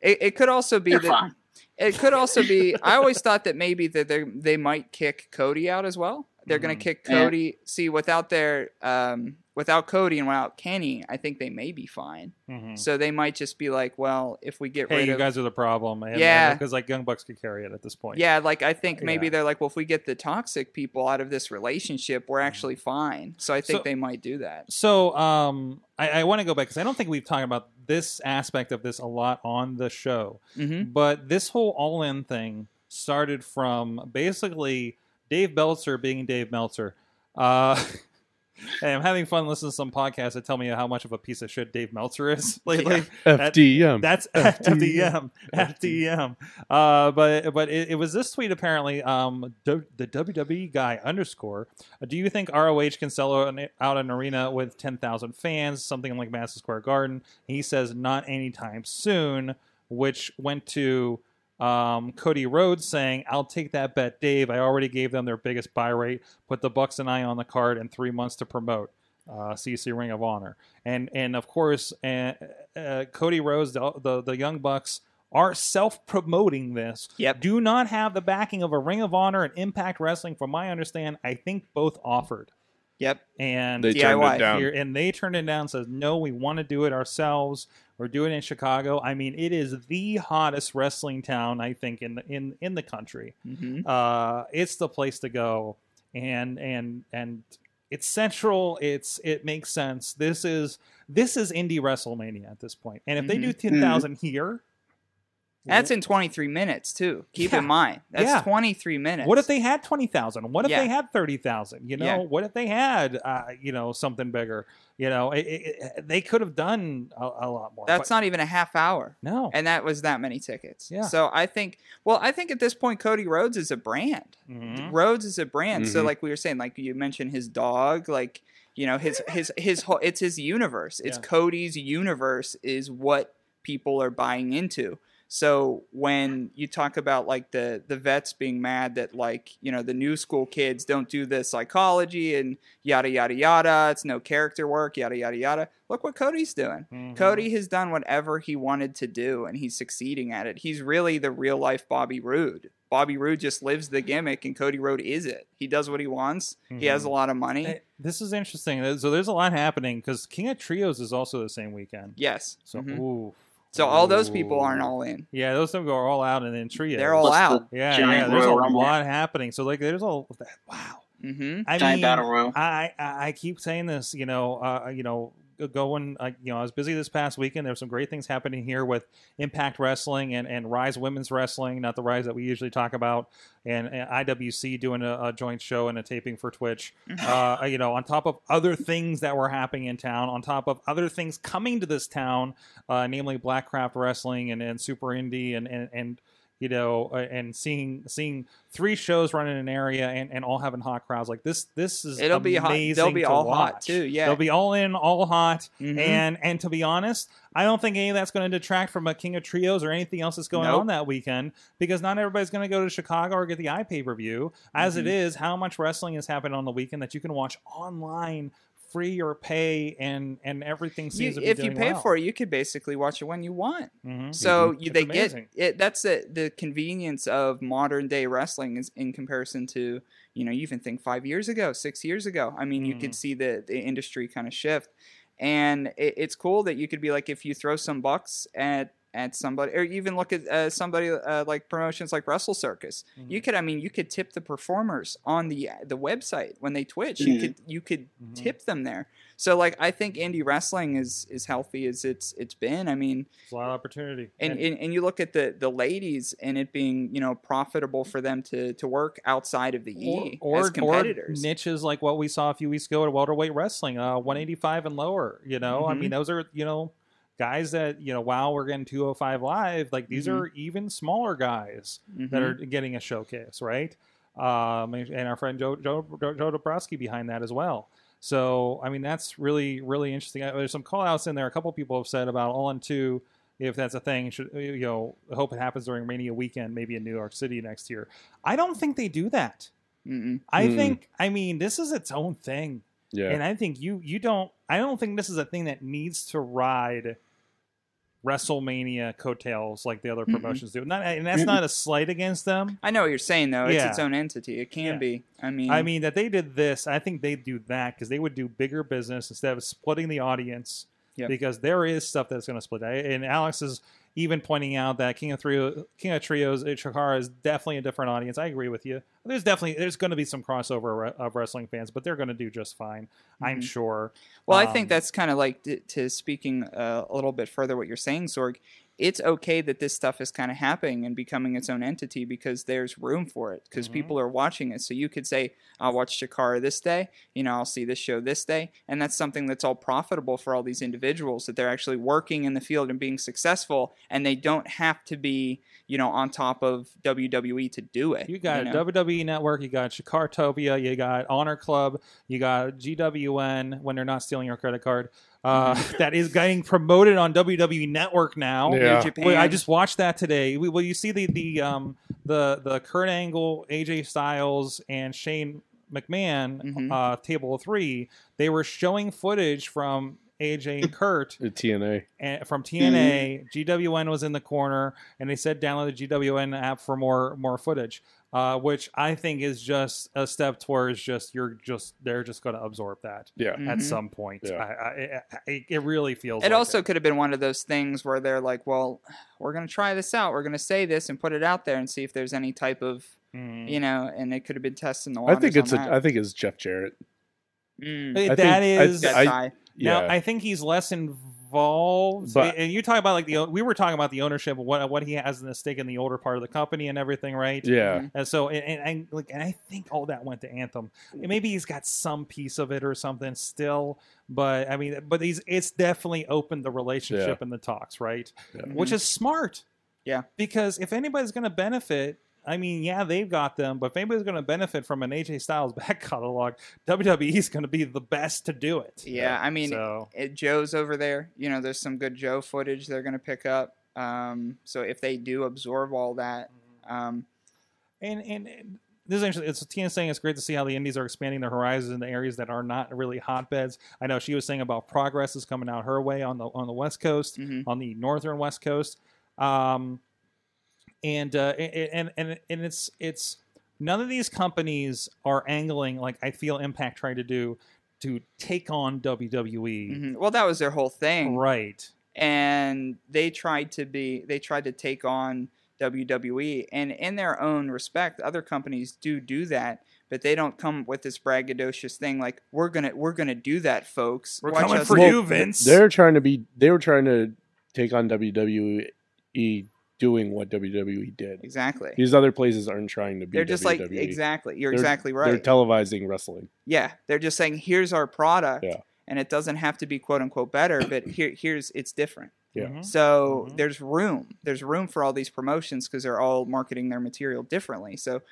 it, it could also be They're that fine. it could also be. I always thought that maybe that they they might kick Cody out as well. They're going Mhm. to kick Yeah. Cody. See, without their um, without Cody and without Kenny, I think they may be fine. Mhm. So they might just be like, well, if we get Hey, rid you of guys are the problem. Yeah. because like Young Bucks could carry it at this point. yeah, like I think Uh, maybe yeah. they're like, well, if we get the toxic people out of this relationship, we're actually fine. So I Mm-hmm. think So- they might do that. So um, I, I want to go back because I don't think we've talked about this aspect of this a lot on the show. hmm But this whole all in thing started from basically Dave Belzer being Dave Meltzer. Uh, Hey, I'm having fun listening to some podcasts that tell me how much of a piece of shit Dave Meltzer is lately. FDM. That's E FDM. FDM. FDM. Uh, but but it, it was this tweet apparently. Um, the, the WWE guy underscore. Do you think ROH can sell an- out an arena with ten thousand fans, something like Madison Square Garden? He says not anytime soon, which went to um, Cody Rhodes saying, "I'll take that bet, Dave. I already gave them their biggest buy rate. Put the Bucks and I on the card in three months to promote." Uh, CC Ring of Honor, and and of course, uh, uh, Cody Rhodes, the, the the Young Bucks are self promoting this. Yep. Do not have the backing of a Ring of Honor and Impact Wrestling, from my understand. I think both offered, Yep. and They turned DIY it down. here and they turned it down says no we want to do it ourselves we're doing it in chicago i mean it is the hottest wrestling town i think in the in in the country hmm uh it's the place to go and and and it's central it's it makes sense this is this is indie wrestlemania at this point and if they do Mm-hmm. 10000 here That's in 23 minutes too. Keep Yeah. in mind that's Yeah. 23 minutes. What if they had twenty thousand? What if Yeah. they had thirty thousand? You know, Yeah. what if they had uh, you know something bigger? You know, it, it, it- they could have done a, a lot more. That's not even a half hour. not no. And that was that many tickets. Yeah. So I think, well, I think at this point, Cody Rhodes is a brand. Mhm. Rhodes is a brand. So Mhm. Mm-hmm. like we were saying, like you mentioned his dog, like you know his his his whole it's his universe. It's Yeah. Cody's universe is what people are buying into. So when you talk about like the the vets being mad that like you know the new school kids don't do the psychology and yada yada yada, it's no character work, yada yada yada. Look what Cody's doing. Mhm. Cody has done whatever he wanted to do and he's succeeding at it. He's really the real life Bobby Roode. Bobby Roode just lives the gimmick and Cody Roode is it. He does what he wants. He has a lot of money. Eh, This is interesting. So there's a lot happening because King of Trios is also the same weekend. yes. So Mhm. ooh. So all those people aren't Ooh. all in. Yeah, those them go are all out and then Trios. They're all Plus the out. yeah, giant yeah. There's a Royal Rumble. lot happening. So like, there's a wow. hmm I Giant mean, battle royal. I, I I keep saying this, you know, uh, you know, g- going, uh, you know, I was busy this past weekend. There were some great things happening here with Impact Wrestling and, and Rise Women's Wrestling, not the Rise that we usually talk about, and, and IWC doing a, a joint show and a taping for Twitch. Uh, you know, on top of other things that were happening in town, on top of other things coming to this town, uh, namely Blackcraft Wrestling and, and Super Indie and and, and you know, uh, and seeing seeing three shows running in an area and, and all having hot crowds like this. This is It'll be hot. amazing They'll be to all hot watch. too. Yeah. They'll be all in, all hot, Mhm. and and to be honest, I don't think any of that's going to detract from a King of Trios or anything else that's going Nope. on that weekend because not everybody's going to go to Chicago or get the eye pay per view. As it Mhm. is, how much wrestling has happened on the weekend that you can watch online, free or pay, and and everything You- seems to be Mm-hmm. if you pay for it, you could basically watch it when you want. So you, It's they amazing. get it. That's the the convenience of modern day wrestling is in comparison to you know you even think five years ago, six years ago. I mean, you Mhm. could see the the industry kind of shift, and it, it's cool that you could be like if you throw some bucks at at somebody or even look at uh, somebody uh, like promotions like Wrestle Circus. Mm-hmm. You could I mean you could tip the performers on the the website when they Twitch. You Mhm. could you could Mhm. tip them there. So like I think indie wrestling is is healthy as it's it's been. I mean Mm-hmm. It's a lot of opportunity. and, and and you look at the the ladies and it being you know profitable for them to to work outside of the E as competitors. niches like what we saw a few weeks ago at welterweight wrestling, uh, 185 and lower. You know, I Mhm. mean, those are you know guys that you know. Wow, we're getting 205 live. Like these Mhm. are even smaller guys Mhm. that are getting a showcase, right? Um, and and our friend Joe Joe, Joe, Joe Dabrowski behind that as well. So I mean, that's really really interesting. Uh, There's some call outs in there. A couple people have said about all in two. If that's a thing, should you know? I hope it happens during Mania weekend, maybe in New York City next year. I don't think they do that. Mm-mm. I Mm. think I mean this is its own thing. Yeah. And I think you you don't I don't think this is a thing that needs to ride WrestleMania coattails like the other Mm-mm. promotions do. Not and that's not a slight against them. I know what you're saying though. It's Yeah. its own entity. It can Yeah. be. I mean, I mean that they did this, I think they do that cuz they would do bigger business instead of splitting the audience Yep. because there is stuff that's going to split. I, and Alex is even pointing out that King of Trio King of Trios eh, Chikara is definitely a different audience. I agree with you. There's definitely there's going to be some crossover of wrestling fans, but they're going to do just fine. I'm Mhm. sure. Well, I Um, think that's kind of like t- to speaking uh, a little bit further what you're saying, Sorg. it's okay that this stuff is kind of happening and becoming its own entity because there's room for it because Mhm. people are watching it. So you could say, I'll watch Shakara this day, you know, I'll see this show this day. And that's something that's all profitable for all these individuals that they're actually working in the field and being successful and they don't have to be, you know, on top of WWE to do it. You got Eh, know? WWE Network, you got Chikartopia, you got Honor Club, you got GWN when they're not stealing your credit card. Uh, that is getting promoted on WWE Network now. New Yeah. Wait, I Japan. Wait, I just watched that today. We, well, you see the the um the the Kurt Angle, AJ Styles, and Shane McMahon Mhm. uh, table of three. They were showing footage from AJ and Kurt The TNA. and from Mm-hmm. TNA. GWN was in the corner, and they said download the GWN app for more more footage, uh, which I think is just a step towards just you're just they're just going to absorb that Yeah. at Mhm. some point. Yeah. I, I, I, it really feels. It like also could have been one of those things where they're like, well, we're going to try this out. We're going to say this and put it out there and see if there's any type of, Mm. you know, and it could have been testing the I waters. think it's on a, that. I think it's Jeff Jarrett. Mm. Hey, I that think- I- is- That I- guy. Now Yeah. I think he's less involved. But- and you talk about like the we were talking about the ownership of what what he has in the stake in the older part of the company and everything, right? yeah. Mhm. And so and, and, and like and I think all that went to Anthem. And Maybe he's got some piece of it or something still, but I mean, but he's it's definitely opened the relationship and the talks, right? Yeah. Which is smart. Yeah. Because if anybody's going to benefit. I mean, yeah, they've got them, but if anybody's going to benefit from an AJ Styles back catalog, WWE's going to be the best to do it. Yeah, I mean, so it, Joe's over there. You know, there's some good Joe footage they're going to pick up. Um, so if they do absorb all that, Mm-hmm. um, and and, and this is actually it's Tina saying it's great to see how the indies are expanding their horizons in the areas that are not really hotbeds. I know she was saying about progress is coming out her way on the on the west coast, mhm. on the northern west coast, um, and uh, and and and it's it's none of these companies are angling like I feel Impact tried to do to take on WWE, Mhm. well, that was their whole thing. right? and they tried to be they tried to take on WWE and in their own respect other companies do do that but they don't come with this braggadocious thing like we're going to we're going to do that folks We're Watch coming us for do-" you, Vince. They're trying to be. They were trying to take on WWE doing what WWE did. exactly These other places aren't trying to be. they're just like WWE. exactly you're They're- exactly They're right televising wrestling. yeah they're just saying here's our product Yeah. and it doesn't have to be quote unquote better but here here's it's different Yeah. Mhm. So Mhm. there's room. There's room for all these promotions because they're all marketing their material differently. So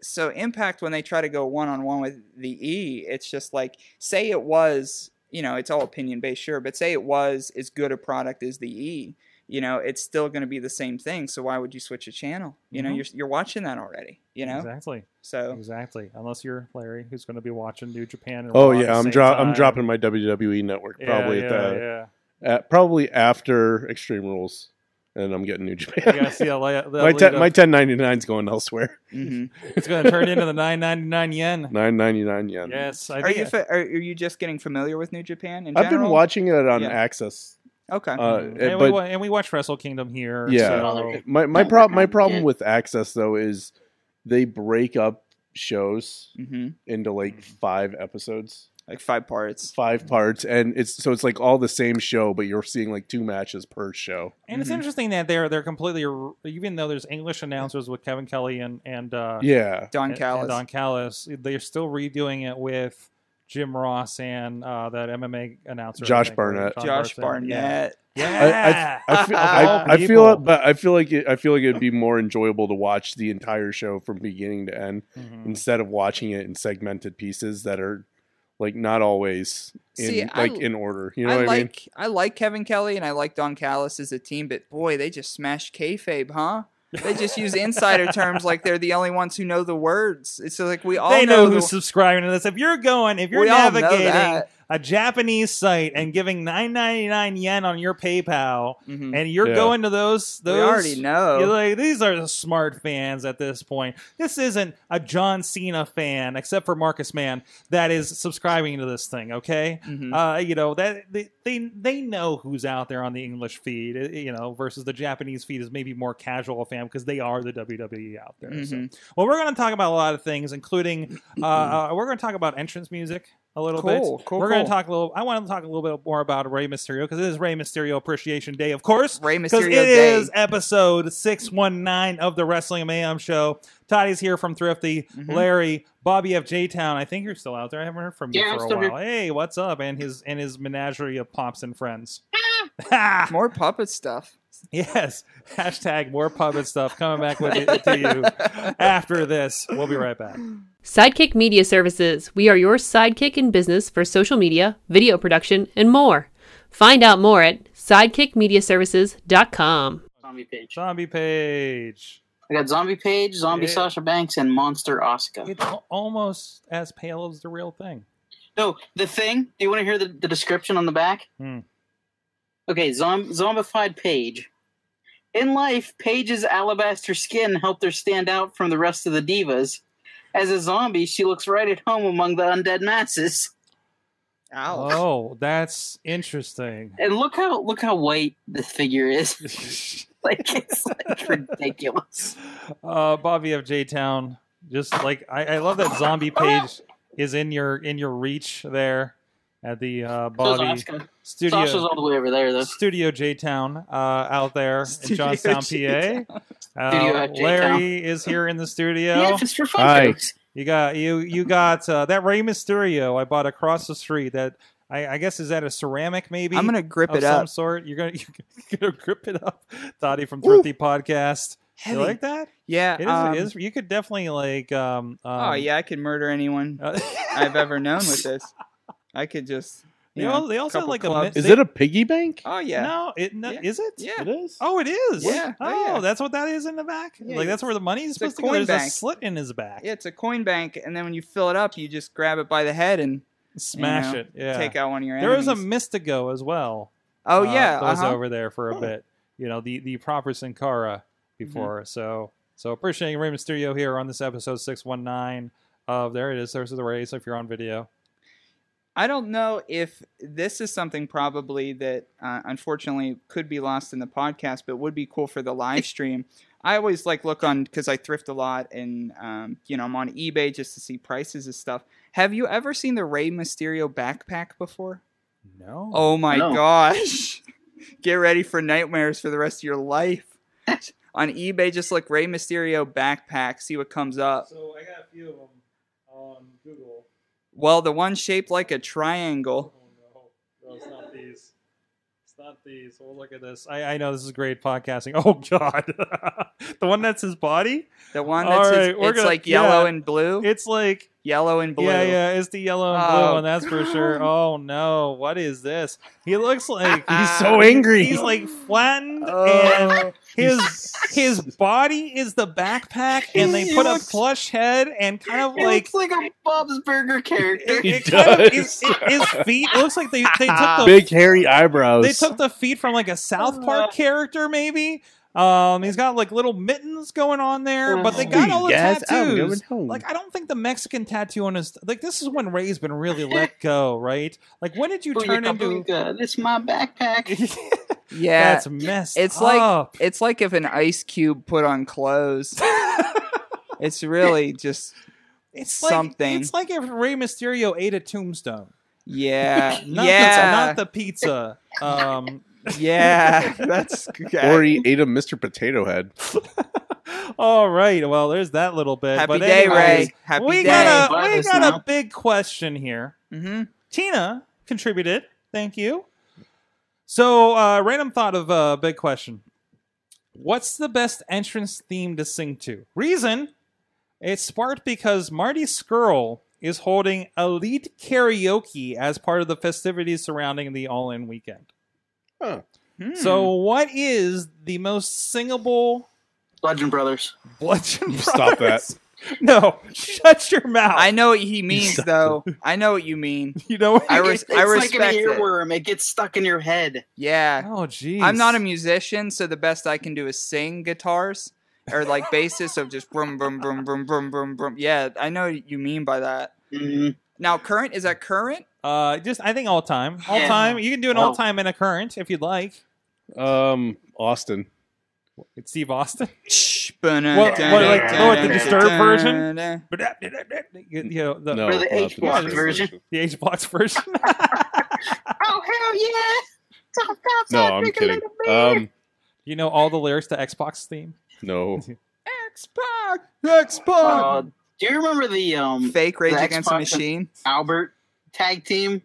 so Impact when they try to go one on one with the E, it's just like say it was, you know, it's all opinion based, sure, but say it was as good a product as the E, you know, it's still going to be the same thing. So why would you switch a channel? You know, Mhm. you're you're watching that already. You know, exactly. so Exactly. Unless you're Larry, who's going to be watching New Japan. And Raw Oh at the yeah, I'm same dro- I'm time. dropping my WWE network Yeah, probably yeah, at the yeah. at, probably after Extreme Rules, and I'm getting New Japan. You gotta see that la- that my lead ten, up. my 1099 is going elsewhere. mhm. it's gonna turn into the 999 yen. 999 yen. Yes, I are think you fa- are, are you just getting familiar with New Japan? In I've been general? watching it on Yeah. Access. Okay, uh, mm, and, eh, we but- wa- and we watch Wrestle Kingdom here. Yeah. Oh, so- My my Don't problem my recommend problem it. with Access though is they break up shows hmm into like Mm-hmm. five episodes, like five parts. five parts, and it's so it's like all the same show, but you're seeing like two matches per show. and it's Mhm. interesting that they're they're completely r- even though there's English announcers with Kevin Kelly and and uh, Yeah, Don and- Callis. and Don Callis, they're still redoing it with Jim Ross and uh, that MMA announcer I Josh think, Barnett. John Josh Barson. Barnett. Yeah, I- I feel, I, I feel it, but I feel like it, I feel like it'd be more enjoyable to watch the entire show from beginning to end Mhm. instead of watching it in segmented pieces that are like not always in See, I- like in order. You know I what I mean? like I like Kevin Kelly and I like Don Callis as a team, but boy, they just smash kayfabe, huh? They just use insider terms like they're the only ones who know the words. It's like we all they know, the- who's subscribing to this. If you're going, if you're we all know navigating that. a Japanese site and giving 9.99 yen on your PayPal, Mhm. and you're Yeah. going to those, those we already know. You're like these are the smart fans at this point. This isn't a John Cena fan, except for Marcus Mann, that is subscribing to this thing. Okay, Mhm. uh, you know that they, they they know who's out there on the English feed, eh, you know, versus the Japanese feed is maybe more casual fan because they are the WWE out there. So. Mhm. Well, we're going to talk about a lot of things, including uh, uh, we're going to talk about entrance music a little Cool, bit. cool, We're going cool. to talk a little. I want to talk a little bit more about Rey Mysterio because it is Rey Mysterio Appreciation Day, of course. Rey Because Mysterio it is Day. episode 619 of the Wrestling Mayhem Show. Toddy's here from Thrifty, Mhm. Larry, Bobby F. J Town. I think you're still out there. I haven't heard from you Yeah, I'm for a still here. while. Hey, what's up? And his and his menagerie of pops and friends. Ah! More puppet stuff. yes. Hashtag more puppet stuff coming back with it to you after this. We'll be right back. Sidekick Media Services. We are your sidekick in business for social media, video production, and more. Find out more at sidekickmediaservices.com. Zombie page. Zombie Page. I got zombie page, zombie Yeah. Sasha Banks, and monster Oscar. It's al- almost as pale as the real thing. No, the thing. Do you want to hear the, the description on the back? Hmm. Okay, zom- zombified Paige. In life, Paige's alabaster skin helped her stand out from the rest of the divas. As a zombie, she looks right at home among the undead masses. Ouch. Oh, that's interesting. And look how look how white this figure is. like it's like ridiculous. Uh, Bobby of J Town, just like I, I love that zombie Oh, page is in your in your reach there at the uh, So's Bobby Asuka. Sasha's studio all the way over there though. studio J Town uh, out there in Studio Johnstown, J-Town. PA. Studio Uh, at J-Town. Larry is here in the studio. Yeah, just for fun. Hi. folks. You got you you got uh, that Rey Mysterio I bought across the street. That I, I guess is that a ceramic maybe. I'm gonna grip of it some up. sort. You're gonna you're gonna grip it up. Thoughty from Thrifty Podcast. Heavy. You like that? yeah. It is, um, it is. You could definitely like. Um, Oh um, yeah, I could murder anyone uh, I've ever known with this. I could just. You They know, al- they also couple like a clubs. mi- Is it a piggy bank? Oh yeah. No, it no, Yeah. is it? Yeah. It is. Oh, it is. Yeah. Oh, Oh, yeah. that's what that is in the back. Yeah, like that's it's- where the money is it's a supposed to go. coin There's a bank. slit in his back. Yeah, it's a coin bank, and then when you fill it up, you just grab it by the head and Smash you know, it. Yeah. take out one of your there was enemies. a Mystigo as well. oh uh, yeah, that was uh-huh. over there for a bit. You know, the the proper Sin Cara Mm-hmm. before. So so appreciating Rey Mysterio here on this episode six one nine of there it is, Source of the Race. If you're on video, I don't know if this is something probably that uh, unfortunately could be lost in the podcast, but would be cool for the live stream. I always like look on because I thrift a lot, and um, you know I'm on eBay just to see prices and stuff. Have you ever seen the Rey Mysterio backpack before? no, Oh my No. gosh! Get ready for nightmares for the rest of your life. on eBay, just look Rey Mysterio backpack, see what comes up. so I got a few of them on Google. Well, the one shaped like a triangle. Oh no, no, it's not these. It's not these. Well, look at this. I, I know this is great podcasting. Oh god, the one that's his body. The one All that's his, right, we're it's gonna- like yellow yeah. and blue. It's like yellow and blue. Yeah, yeah, it's the yellow and blue Oh, one, that's for sure. Oh no, what is this? He looks like He's so angry. He's like flattened and Oh. his his body is the backpack and they He put looks- a plush head and kind of He like looks like a Bob's Burger character. it- it He kind of- his, does. his feet looks like they, they took the Big hairy eyebrows. Oh, they took the feet from like a South Park character, maybe. Um, he's got like little mittens going on there, but they got all the Oh, Yes, I'm going tattoos. home. Like I don't think the Mexican tattoo on his like this is when Ray's been really let go, right? Like when did you turn into? Booyaka, uh, This is my backpack. Yeah, That's messed. it's like- up. it's like if an ice cube put on clothes. it's really just it's something. Like, it's like if Ray Mysterio ate a tombstone. yeah, Not yeah, the, not the pizza. Um, yeah. That's or okay. he ate a Mr. Potato Head. all right. Well, there's that little bit. Happy but day, anyways, Ray. Happy we day. got Bye, a we this got now. a big question here. hmm Tina contributed. Thank you. So, uh, random thought of a uh, big question. What's the best entrance theme to sing to? Reason it's sparked because Marty Skrull is holding elite karaoke as part of the festivities surrounding the All In weekend. So, what is the most singable Bludgeon Brothers. Bludgeon You stop Brothers? No, shut your mouth. I know what he means, though. I know what you mean. you know. What? I res- it's I like respect an it. earworm. It. gets stuck in your head. Yeah, Oh, jeez. I'm not a musician, so the best I can do is sing guitars or like basses. So just brum brum brum brum brum brum brum. Yeah, I know what you mean by that. Mhm. Now, current is that current? Uh, just I think all time, all Yeah. time. You can do an Oh. all time and a current if you'd like. Um, Austin. It's Steve Austin. Shh. what, like, what, the Disturbed version? uh, you know, the, No, Or the not H Block Disturbed version. the H Blocks version. Oh hell yeah! Don't bounce No, out, I'm make a kidding. little man. Um, you know all the lyrics to Xbox theme. no, Xbox. Xbox. Oh. Uh, do you remember the um Fake Rage the Against the Xbox- Machine. Albert tag team?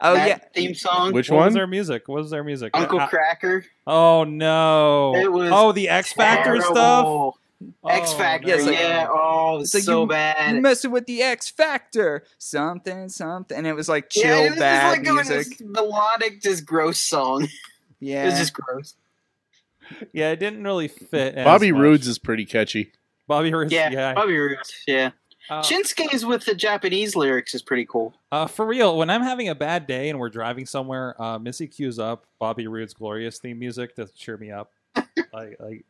Oh that yeah. theme song. which what was one? their music? What was their music? Uncle Uh, Cracker. oh no! It was oh, the X Factor stuff. Terrible. X Oh, Factor. yes, no. like- yeah. Oh, it's So so, you- bad. You messing with the X Factor, something, something, and it was like chill, yeah, it was bad just like going music. This melodic, just gross song. It Yeah, was just gross. Yeah, it didn't really fit. as Bobby much. Roode's is pretty catchy. Bobby Roode's. Yeah, Yeah. Bobby Roode. Yeah, Uh, Shinsuke's with the Japanese lyrics is pretty cool. uh, for real, when I'm having a bad day and we're driving somewhere, uh, Missy cues up Bobby Roode's glorious theme music to cheer me up. like, like,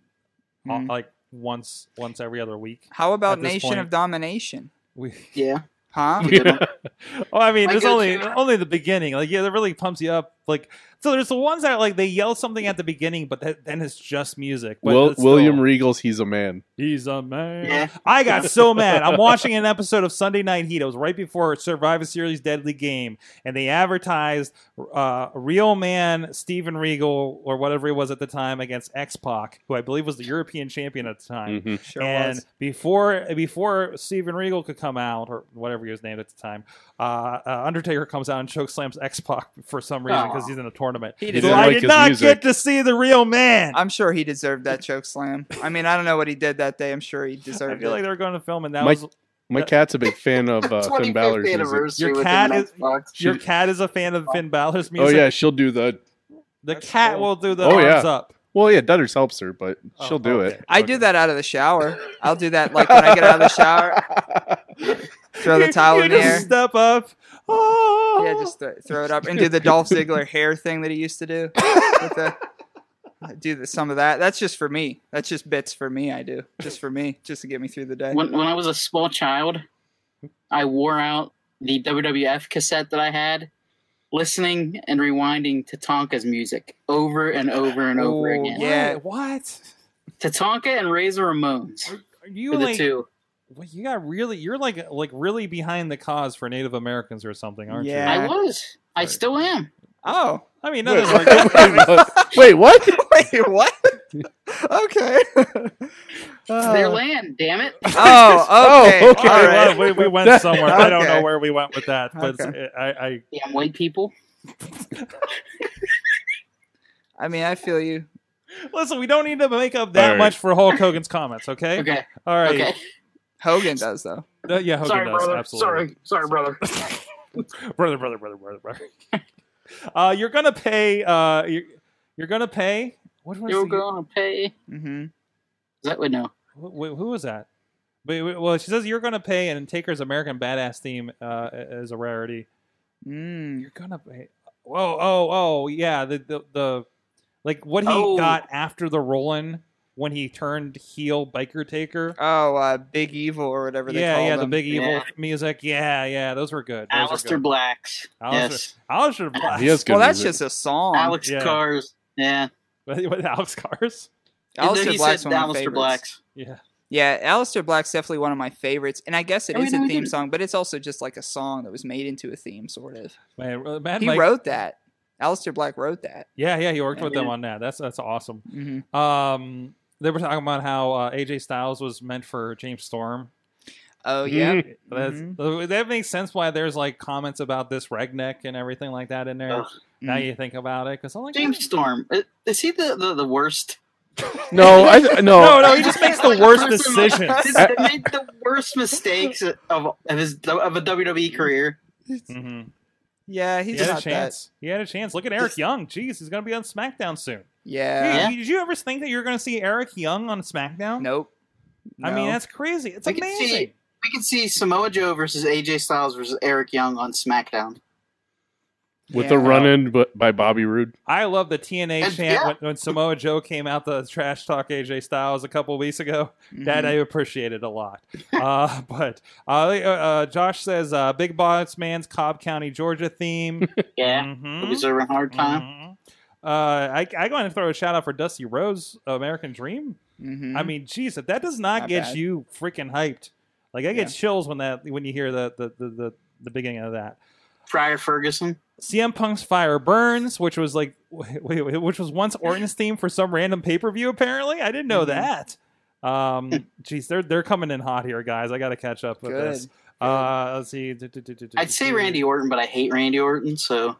uh, Mm. like once once every other week. How about at this Nation point- of Domination? We Yeah, Huh? Well, I mean, My there's only go-to. only the beginning. Like, yeah, that really pumps you up. Like, so there's the ones that like they yell something at the beginning, but that, then it's just music. But Will, it's still- William Regal's "He's a Man." he's a man. Yeah. I got so mad. I'm watching an episode of Sunday Night Heat. It was right before Survivor Series Deadly Game, and they advertised uh, real man Steven Regal or whatever he was at the time against X Pac, who I believe was the European champion at the time Mhm. Sure and was. before before Steven Regal could come out or whatever he was named at the time, uh, uh, Undertaker comes out and choke slams X Pac for some reason because Aw. he's in a tournament. He so didn't I like did his not music. get to see the real man. I'm sure he deserved that choke slam. I mean, I don't know what he did that day. I'm sure he I deserved feel like it. they were going to film, and that Mike- was My cat's a big fan of uh, Finn 25th Balor's music. anniversary. Your with cat the is- Xbox. She- your cat is a fan of Finn Balor's oh music. yeah, she'll do the. the That's cat cool. will do the Oh, arms yeah. up. Well, yeah, Dutters helps her, but Oh, she'll do it. I do that out of the shower. I'll do that like when I get out of the shower, throw the towel you in the just air. Step up. Oh. Yeah, just th- throw it up and do the Dolph Ziggler hair thing that he used to do. With the- uh, do the, some of that. That's just for me. That's just bits for me. I do just for me, just to get me through the day. when when I was a small child, I wore out the WWF cassette that I had, listening and rewinding to Tonka's music over and over and over Ooh, again. yeah. What? Tatanka and Razor Ramones were Are you the like two. Well, you got really, you're like like really behind the cause for Native Americans or something, aren't Yeah. I was. I still am. Oh, you? I mean, Wait, nothing's like what? Wait, what? wait, what? okay. Uh, It's their land, damn it. Oh, okay. okay. Oh, okay. All right. well, we, we went somewhere. I don't know Okay. where we went with that, but it's- I, I Damn white people. I mean, I feel you. listen. We don't need to make up that All right. much for Hulk Hogan's comments, okay? Okay. All right. Okay. Hogan does though. No, Uh, yeah, Hogan Sorry, does brother. absolutely. Sorry. Sorry, brother. brother, brother, brother, brother, brother. uh, you're gonna pay. Uh, you're, you're gonna pay. What was You're the- gonna pay. Is hmm that what no? Wh- wh- who was that? Wait, wait, Well, she says you're gonna pay, and Taker's American Badass theme uh, is a rarity. Mm. You're gonna pay. Whoa, oh, oh, yeah. The the, the like what he Oh. got after the Rollin when he turned heel biker taker. Oh, uh, Big Evil or whatever they Yeah, call yeah, them. the big evil Yeah. music. Yeah, yeah, those were good. Those Alistair were good. Blacks. Alistair- Yes. Alistair Black. He has good well, that's music. just a song. Alex Yeah. Cars. Yeah. With Alex Cars. And then Alistair he Black's said one of my Alistair favorites. Blacks. Yeah. Yeah, Alistair Black's definitely one of my favorites, and I guess it Oh, is no, a I theme didn't. song, but it's also just like a song that was made into a theme, sort of. Man, uh, Mad he Mike- wrote that. Alistair Black wrote that. Yeah, yeah, he worked with them Yeah. on that. That's that's awesome. hmm Um, they were talking about how uh, AJ Styles was meant for James Storm. Oh yeah, Mm-hmm. That's, Mm-hmm. That makes sense why there's like comments about this regneck and everything like that in there. Ugh. Now Mm-hmm. you think about it, because I'm like, James Storm. I- Is he the, the, the worst? no, I, no, no, no, he just makes the worst decisions. He's made the worst mistakes of, of his of a WWE career. hmm yeah, He Mm-hmm. he's had a not that. chance. He had a chance. Look at Eric Young. Jeez, he's gonna be on SmackDown soon. Yeah. Yeah. Dude, did you ever think that you're gonna see Eric Young on SmackDown? Nope. I mean, No. that's crazy. It's I can see- amazing. We could see Samoa Joe versus AJ Styles versus Eric Young on SmackDown. with Yeah. the run-in bu- by Bobby Roode. I love the TNA And- chant yeah. when, when Samoa Joe came out to trash talk AJ Styles a couple weeks ago. Mhm. that I appreciated a lot. Uh, but uh, uh, Josh says uh, Big Boss Man's Cobb County, Georgia theme. Yeah, Mhm. he'll be serving a hard time. Mhm. Uh, I I going to throw a shout out for Dusty Rhodes, American Dream. Mm-hmm. I mean, geez, if that does not, Not get bad. you freaking hyped, like I get Yeah. chills when that when you hear the the the, the, the beginning of that. Friar Ferguson. CM Punk's Fire Burns, which was like, wait, wait, which was once Orton's theme for some random pay per view. Apparently, I didn't know Mhm. that. Um, geez, they're they're coming in hot here, guys. I got to catch up with Good. this. Uh, let's see. Do, do, do, do, do, I'd say do. Randy Orton, but I hate Randy Orton, so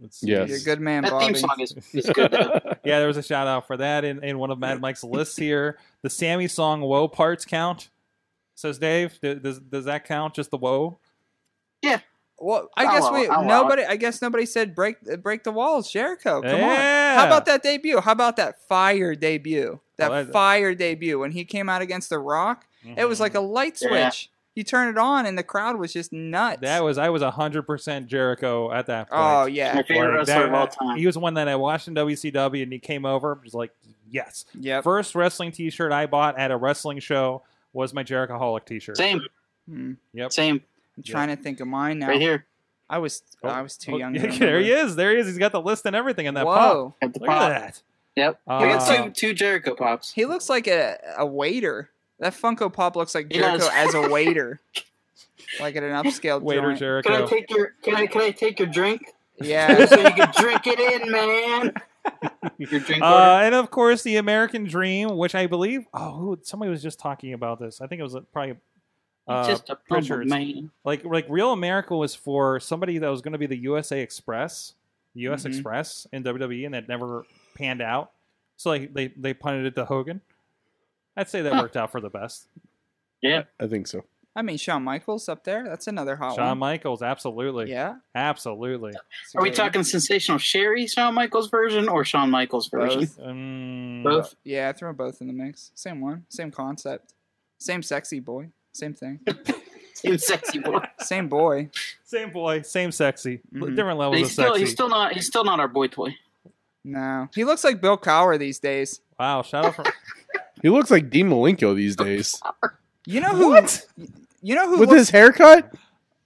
Let's see. Yes. You're a good man, that Bobby. theme song is, is good. Though. Yeah, there was a shout out for that in, in one of Mad Mike's lists here. The Sammy song "Woe" parts count. Says Dave, Do- does does that count? Just the "Woe"? Well, I I'll guess allow we it. I'll allow nobody. I guess nobody said break uh, break the walls, Jericho. Oh, Come Yeah. on. How about that debut? How about that fire debut? That I like that. fire debut when he came out against The Rock. It Mm-hmm. was like a light switch. Yeah. You turn it on and the crowd was just nuts. that was I was hundred percent Jericho at that point. oh My yeah. favorite Like, wrestler that- of all time. He was one that I watched in WCW, and he came over. Was like, yes. Yep. First wrestling T-shirt I bought at a wrestling show was my Jerichoholic T-shirt. Same, Hmm. Yep. same, I'm trying to think of mine now. right here I was Oh, I was too Oh, young. to yeah, there remember. he is. There he is. He's got the list and everything in that pop. Whoa. at the Look pop. at that. Yep, Uh, we got two two Jericho pops. He looks like a, a waiter. That Funko Pop looks like He Jericho does. as a waiter. like at an upscale Waiter joint. Can I Jericho. take your can I can I take your drink Yeah. so you can drink it in, man? Your drink order. Uh, and of course, the American Dream, which I believe, oh, who- somebody was just talking about this. I think it was uh, probably uh, just a Pritchard's. Pritchard's. man. like like Real America was for somebody that was going to be the USA Express, the US Mm-hmm. Mhm. Express in WWE, and that never panned out. So like they they punted it to Hogan. I'd say that Huh. worked out for the best. I think so. I mean, Shawn Michaels up there. That's another hot Shawn one. Michaels, absolutely, Yeah. absolutely. It's a Are we great- talking sensational Sherry Shawn Michaels version or Shawn Michaels version? Both. Um, Both. Yeah, throw both in the mix. Same one, same concept, same sexy boy, same thing, Same sexy boy. same boy. Same boy, same sexy, Mm-hmm. Mhm. different levels He's of still sexy. he's still not he's still not our boy toy. No, he looks like Bill Cower these days. wow, shout out from He looks like Dean Malenko these days You know who? What? You know who? with looks- his haircut.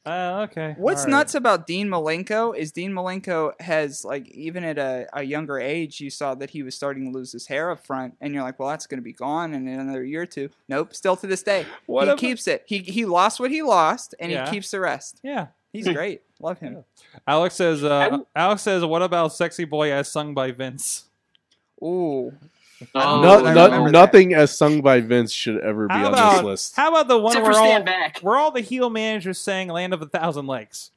uh, okay. What's all right. nuts about Dean Malenko is Dean Malenko has like even at a, a younger age you saw that he was starting to lose his hair up front and you're like well that's gonna be gone in another year or two nope still to this day What he ab- keeps it he he lost what he lost and Yeah. he keeps the rest Yeah, he's great love him Alex says. Uh, I'm- Alex says, "What about sexy boy as sung by Vince?" ooh Oh, No- I no- remember that. nothing as sung by Vince should ever be How on about- this list. How about the one Except where for all stand back. We're all the heel managers saying "Land of a Thousand Lakes."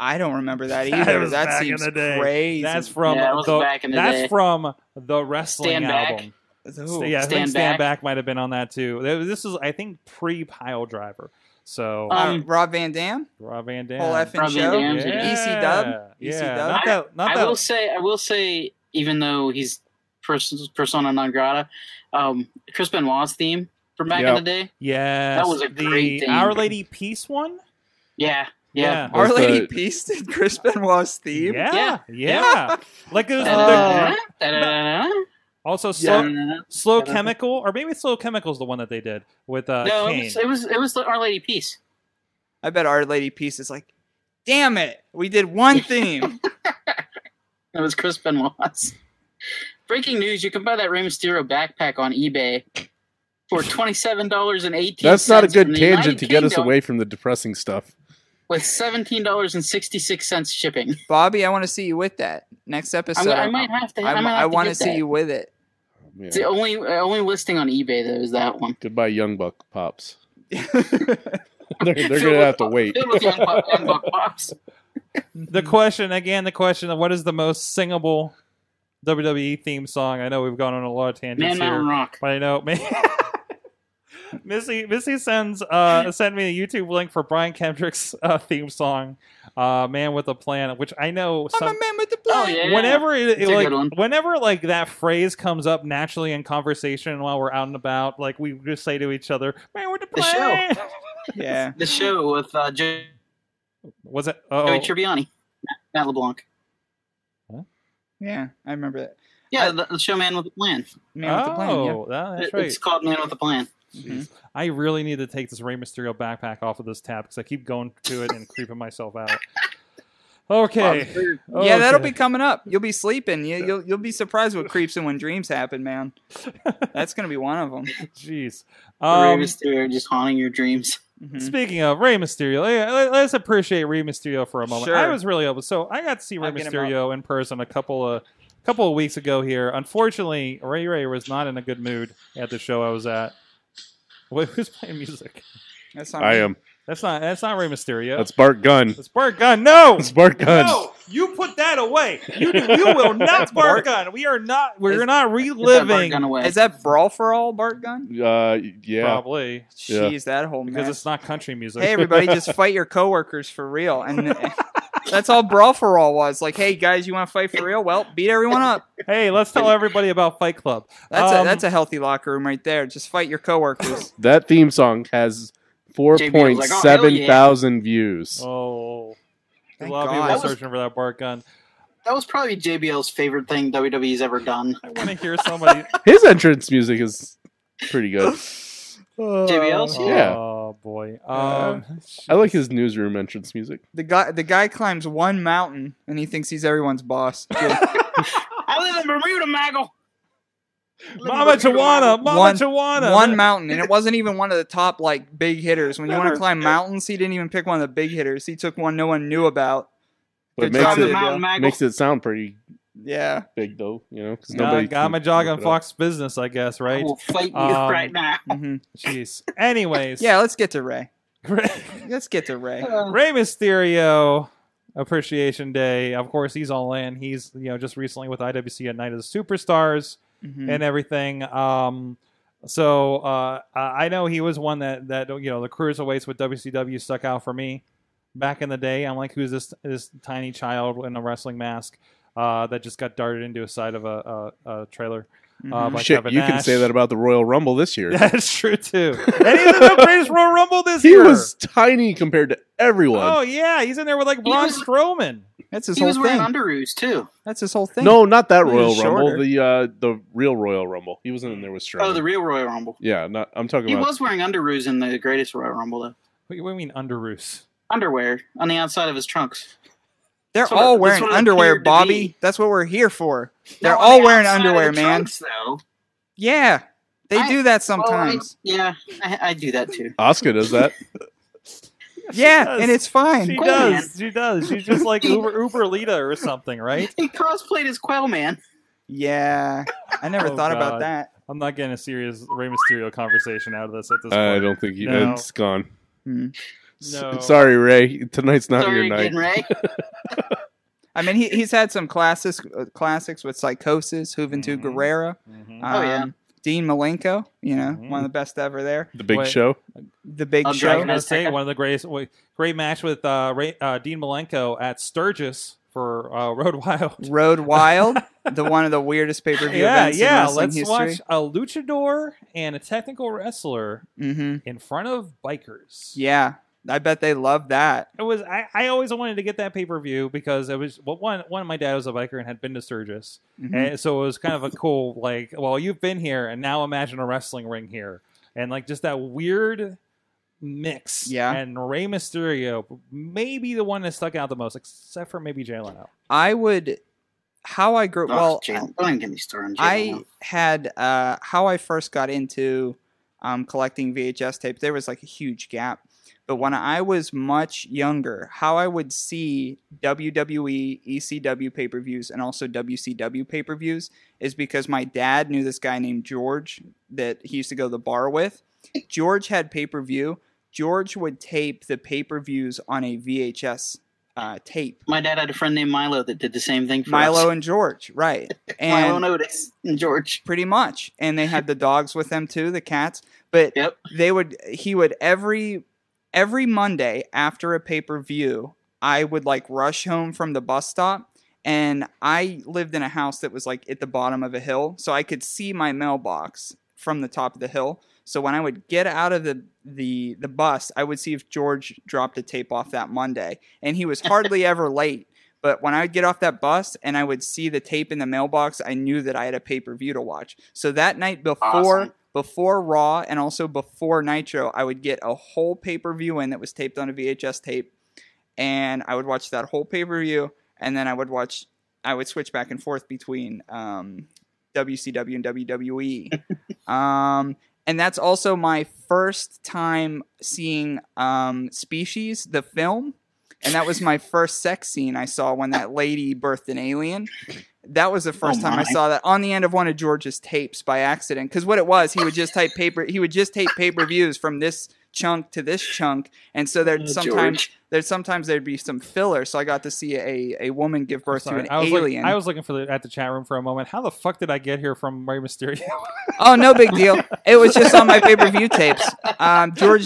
I don't remember that That either was that, back in seems the day. crazy That's from Yeah, that was the, back in the that's day. from the wrestling Stand Back. album. Ooh. yeah, I think Stand Stand Back. Back might have been on that too. Th- This is, I think, pre Pile Driver. So Uh, Uh, Um, Rob Van Dam Rob Van Dam, whole effing Rob Van show E Dam, yeah, EC Dub yeah. EC Dub Not that, not I will that. say I will say even though he's pers- persona non grata, um, Chris Benoit's theme from back Yeah. in the day. Yes, That was a the great thing. Our Lady Peace one. Yeah, yeah. That's Our Lady the- Peace did Chris Benoit's theme yeah, yeah, Yeah. yeah. like it was Da-da-da-da, the- da-da-da-da, also slow, da-da-da-da. slow Yeah. chemical, or maybe slow chemical's the one that they did with uh, No, it Kane. was, it was it was the Our Lady Peace. I bet Our Lady Peace is like, damn it, we did one theme. It was Chris Benoit's. Breaking news: You can buy that Rey Mysterio backpack on eBay for twenty seven dollars and eighteen. That's not a good tangent to get us away from the depressing stuff. with seventeen dollars and sixty six cents shipping. Bobby, I want to see you with that next I'm, episode. I might have to. I, I'm- might I have want to get see that. you with it. Yeah. It's the only uh, only listing on eBay though is that one. Goodbye, Young Buck Pops. They're, they're gonna have to wait. It was Young Buck- Young Buck Pops. the question again the question of what is the most singable wwe theme song i know we've gone on a lot of tangents Man Mountain here Rock. but i know missy missy sends uh sent me a youtube link for brian kendrick's uh, theme song uh man with a plan which i know I'm some a man with the Oh plan. yeah. whenever it, it, It's a like good one. whenever like that phrase comes up naturally in conversation while we're out and about like we just say to each other man with the The show. plan Oh, Yeah. the show with uh, Joey was it oh Tribbiani, Matt LeBlanc. Yeah, I remember that. Yeah, the, the show Man with the Plan. Man with the plan. Yeah. oh, that- that's It- right It's called Man with the Plan. Mhm. I really need to take this Rey Mysterio backpack off of this tab because I keep going to it and creeping myself out. Okay. yeah, that'll Okay. be coming up. You'll be sleeping. You, you'll you'll be surprised what creeps in when dreams happen, man. That's gonna be one of them. Jeez. Rey Um, Mysterio just haunting your dreams. Mm-hmm. Speaking of Rey Mysterio, yeah, let- let's appreciate Rey Mysterio for a moment. Sure. I was really open. So I got to see Rey I'll get him Mysterio in person a couple of couple of weeks ago here. Unfortunately, Ray Ray was not in a good mood at the show I was at. Wait, who's playing music? That's not I me. am. That's not that's not Rey Mysterio. That's Bart Gunn. That's Bart Gunn. No. That's Bart Gunn. No, you put that away. You, you will not Bart Gun. We are not. We're Is- not Get that bar reliving. gun away. Is that brawl for all Bart Gun? Uh, yeah. Probably Yeah. Jeez, that whole because mess. it's not country music. hey everybody just fight your coworkers for real and that's all brawl for all was like hey guys you want to fight for real well beat everyone up Hey, let's tell everybody about Fight Club. that's Um, a that's a healthy locker room right there just fight your coworkers That theme song has four JBL point was like, seven "Oh, thousand hell yeah." views. Oh, a Thank lot of God. people That are was- searching for that Bart Gun. that was probably JBL's favorite thing WWE's ever done. I want to hear somebody. His entrance music is pretty good. JBL's? Yeah. Oh boy. Uh, Um, I like his newsroom entrance music. the guy the guy climbs one mountain and he thinks he's everyone's boss I live in Bermuda, Maggle. Mama Chiwana. Mama One- Chiwana. one mountain and it wasn't even one of the top like big hitters when you want Never. to climb mountains he didn't even pick one of the big hitters he took one no one knew about But it Good makes job, it Mount makes it sound pretty yeah big though, you know, because Got, nobody got can my jog look on it up. Fox Business, I guess. Right. will fight you Um, right now. mhm. Jeez. Anyways. yeah let's get to ray Yeah. let's get to ray Rey Mysterio Appreciation Day. Of course, he's on land. He's you know just recently with IWC at Night of the Superstars Mhm. Mm-hmm. and everything. Um, so uh, I I know he was one that that you know the cruiserweights with WCW stuck out for me back in the day. I'm like, who's this this tiny child in a wrestling mask uh, that just got darted into a side of a, a, a trailer? Uh, Mhm. by Mm-hmm. Shit, Kevin you can say Nash. that about the Royal Rumble this year. That's true too. And he's in the British Royal Rumble this he year. was tiny compared to everyone. Oh yeah, he's in there with like Braun was- Strowman. that's his He was whole wearing thing underoos too. that's his whole thing no, not that He was Royal just Rumble. shorter. The uh, the real Royal Rumble. He wasn't in there with Strowman. Oh, the real Royal Rumble. yeah, not, I'm talking He about. was wearing underoos in the greatest Royal Rumble though. What do you mean under roof? Underwear on the outside of his trunks. They're That's what all it- wearing that's what it underwear, appeared to Bobby. be. That's what we're here for. They're No, on all the wearing outside of underwear, the man. trunks, though. Yeah, they I- do that Well, I- sometimes. yeah, I, I do that too. Oscar does that. Oh, yeah, does. and it's fine. She Cool, does. She does. She's just like Uber Uber Lita or something, right? He cosplayed as Quail Man. Yeah, I never Oh, thought about God. that. I'm not getting a serious Rey Mysterio conversation out of this at this point. I don't think he, No. it's gone. Hmm. S- No. sorry, Ray. Tonight's not Sorry, your night. again, Ray. I mean, he, he's had some classics, uh, classics with Psychosis, Juventud Mhm. Guerrera. Mhm. Um, Mm-hmm. Oh, yeah. Mm. Dean Malenko. You know, Mhm. one of the best ever there. The big Wait. show. The Big I'll I drag was Show. him. gonna say one of the greatest wa- great match with uh, Ray, uh, Dean Malenko at Sturgis for uh, Road Wild. Road Wild, the one of the weirdest pay per view Yeah, events in yeah. wrestling Let's history. watch a luchador and a technical wrestler hmm in front of bikers. Yeah, I bet they love that. It was I, I always wanted to get that pay per view because it was well one one my dad was a biker and had been to Sturgis. Mhm. And so it was kind of a cool, like, well, you've been here, and now imagine a wrestling ring here, and like just that weird mix. Yeah. and Rey Mysterio, maybe the one that stuck out the most, except for maybe Jay Leno. I would how I grew well oh, Jalen, don't even get me started. on Jalen I now. had uh how I first got into um collecting VHS tapes there was like a huge gap but when I was much younger how I would see E, WWE ECW pay-per-views and also WCW pay-per-views is because my dad knew this guy named George that he used to go to the bar with George had pay-per-view George would tape the pay-per-views on a VHS uh, tape my dad had a friend named Milo that did the same thing for Milo us. and George, right? Milo And and Otis and George. pretty much, and they had the dogs with them too, the cats. But Yep. they would, he would every every Monday after a pay per view, I would like rush home from the bus stop, and I lived in a house that was like at the bottom of a hill, so I could see my mailbox from the top of the hill. So when I would get out of the the the bus, I would see if George dropped a tape off that Monday, and he was hardly ever late. But when I would get off that bus and I would see the tape in the mailbox, I knew that I had a pay per view to watch. So that night before Awesome. before Raw and also before Nitro, I would get a whole pay per view in that was taped on a VHS tape, and I would watch that whole pay per view, and then I would watch. I would switch back and forth between um, WCW and WWE, um, and that's also my first time seeing um, Species, the film, and that was my first sex scene I saw when that lady birthed an alien. That was the first Oh time I my. saw that on the end of one of George's tapes by accident. Because what it was, he would just type paper. He would just tape pay per views from this chunk to this chunk, and so there'd sometimes George. there's sometimes there'd be some filler. So I got to see a, a woman give birth to Sorry, an I was alien. Like, I was looking for the, at the chat room for a moment. How the fuck did I get here from Rey Mysterio? oh, no big deal. It was just on my pay per view tapes. Um, George,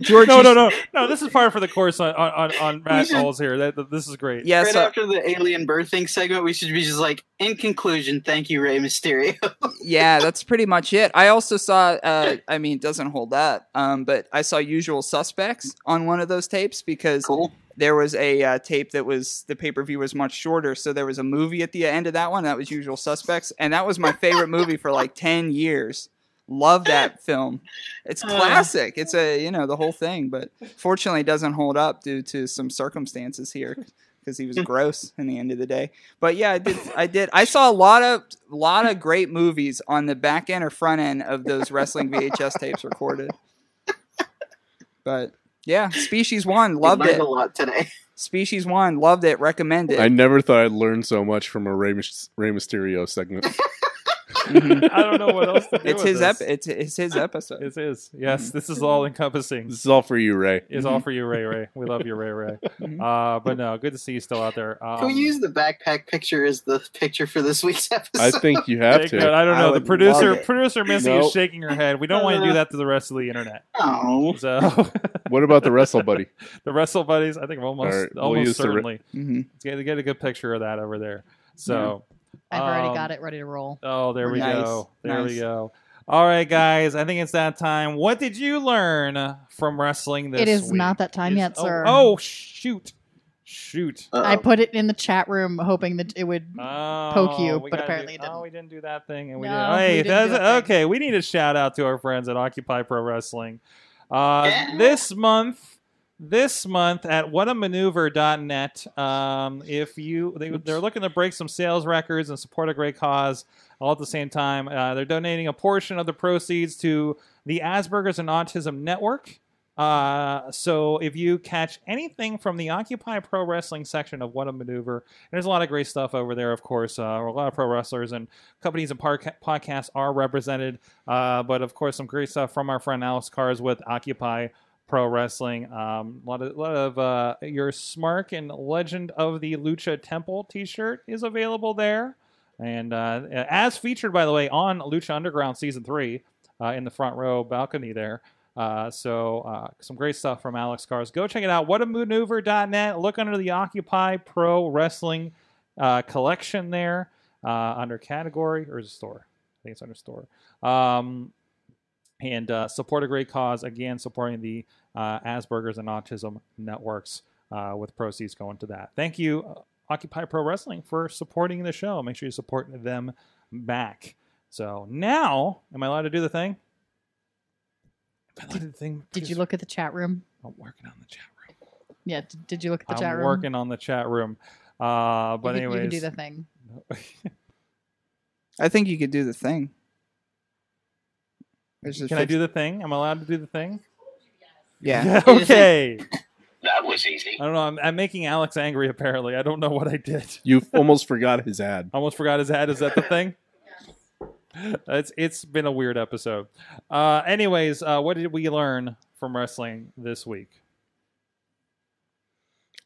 George, no, used- no, no, no. This is part for the course on on, on, on rat should- holes here. That, that- this is great. Yeah, right so, after the alien birthing segment, we should be just like, in conclusion, thank you, Ray Mysterio. yeah, that's pretty much it. I also saw, uh, I mean, it doesn't hold up, um, but I saw Usual Suspects on one of those tapes because cool. there was a uh, tape that was the pay per view was much shorter, so there was a movie at the end of that one that was Usual Suspects, and that was my favorite movie for like ten years. Love that film. It's Uh. classic. It's a you know the whole thing, but fortunately it doesn't hold up due to some circumstances here because he was gross in the end of the day. But yeah, I did. I did. I saw a lot of lot of great movies on the back end or front end of those wrestling VHS tapes recorded. But yeah, Species One We loved learned it. a lot today. Species One, loved it, recommended. I never thought I'd learn so much from a Rey, Mys- Rey Mysterio segment. Mhm. I don't know what else to do. it's with his ep- this. it's, it's his episode. It is. Yes, this is all encompassing. this is all for you, Ray. Is all for you, Ray. Ray, we love you, Ray. Ray. Mm-hmm. Mhm. Uh, but no, good to see you still out there. Um, Can we use the backpack picture as the picture for this week's episode? I think you have Jake, no, to. I don't I know. the would producer, love it. producer Missy is Nope. shaking her head. We don't want to do that to the rest of the internet. Oh. So What about the Wrestle Buddy? the Wrestle Buddies, I think almost All right, we'll almost use the re- certainly Mhm. get, get a good picture of that over there. So Mm-hmm. I've already got um, it ready to roll. Oh, there we Nice, go. There we nice. go. All right, guys. I think it's that time. What did you learn from wrestling this It is week? not that time Is- yet, oh, sir. Oh, shoot. Shoot. I put it in the chat room hoping that it would. Poke you, but apparently it Oh, didn't. we didn't do that thing, and we No, didn't. Hey, we didn't do that's- a thing. okay. We need a shout out to our friends at Occupy Pro Wrestling. Uh, Yeah. This month, this month at whatamaneuver.net, um, if you they, they're looking to break some sales records and support a great cause all at the same time, uh, they're donating a portion of the proceeds to the Asperger's and Autism Network. Uh, so if you catch anything from the Occupy Pro Wrestling section of What a Maneuver, there's a lot of great stuff over there, of course. Uh, a lot of pro wrestlers and companies and parca- podcasts are represented. Uh, but of course, some great stuff from our friend Alex Cars with Occupy Pro Wrestling. Um, a lot of, lot of uh, your Smark and Legend of the Lucha Temple t shirt is available there. And uh, as featured, by the way, on Lucha Underground Season 3 uh, in the front row balcony there. Uh, so uh, some great stuff from Alex Cars. Go check it out. Whatamaneuver.net. Look under the Occupy Pro Wrestling uh, collection there uh, under category or is it store? I think it's under store. Um, and uh, support a great cause. Again, supporting the uh, Asperger's and Autism Networks uh, with proceeds going to that. Thank you, uh, Occupy Pro Wrestling, for supporting the show. Make sure you support them back. So now, am I allowed to do the thing? Am I allowed to do the thing? Did you look at the chat room? I'm working on the chat room. Yeah. d- Did you look at the chat I'm room? working on the chat room. Uh, but you can, you anyways, can do the thing. I think you could do the thing. There's a Can I fix- do the thing? I'm allowed to do the thing? Yeah. Yeah, okay. That was easy. I don't know. I'm, I'm making Alex angry, apparently. I don't know what I did. You almost forgot his ad. I almost forgot his hat. Is that the thing? It's it's been a weird episode. Uh, anyways, uh, what did we learn from wrestling this week?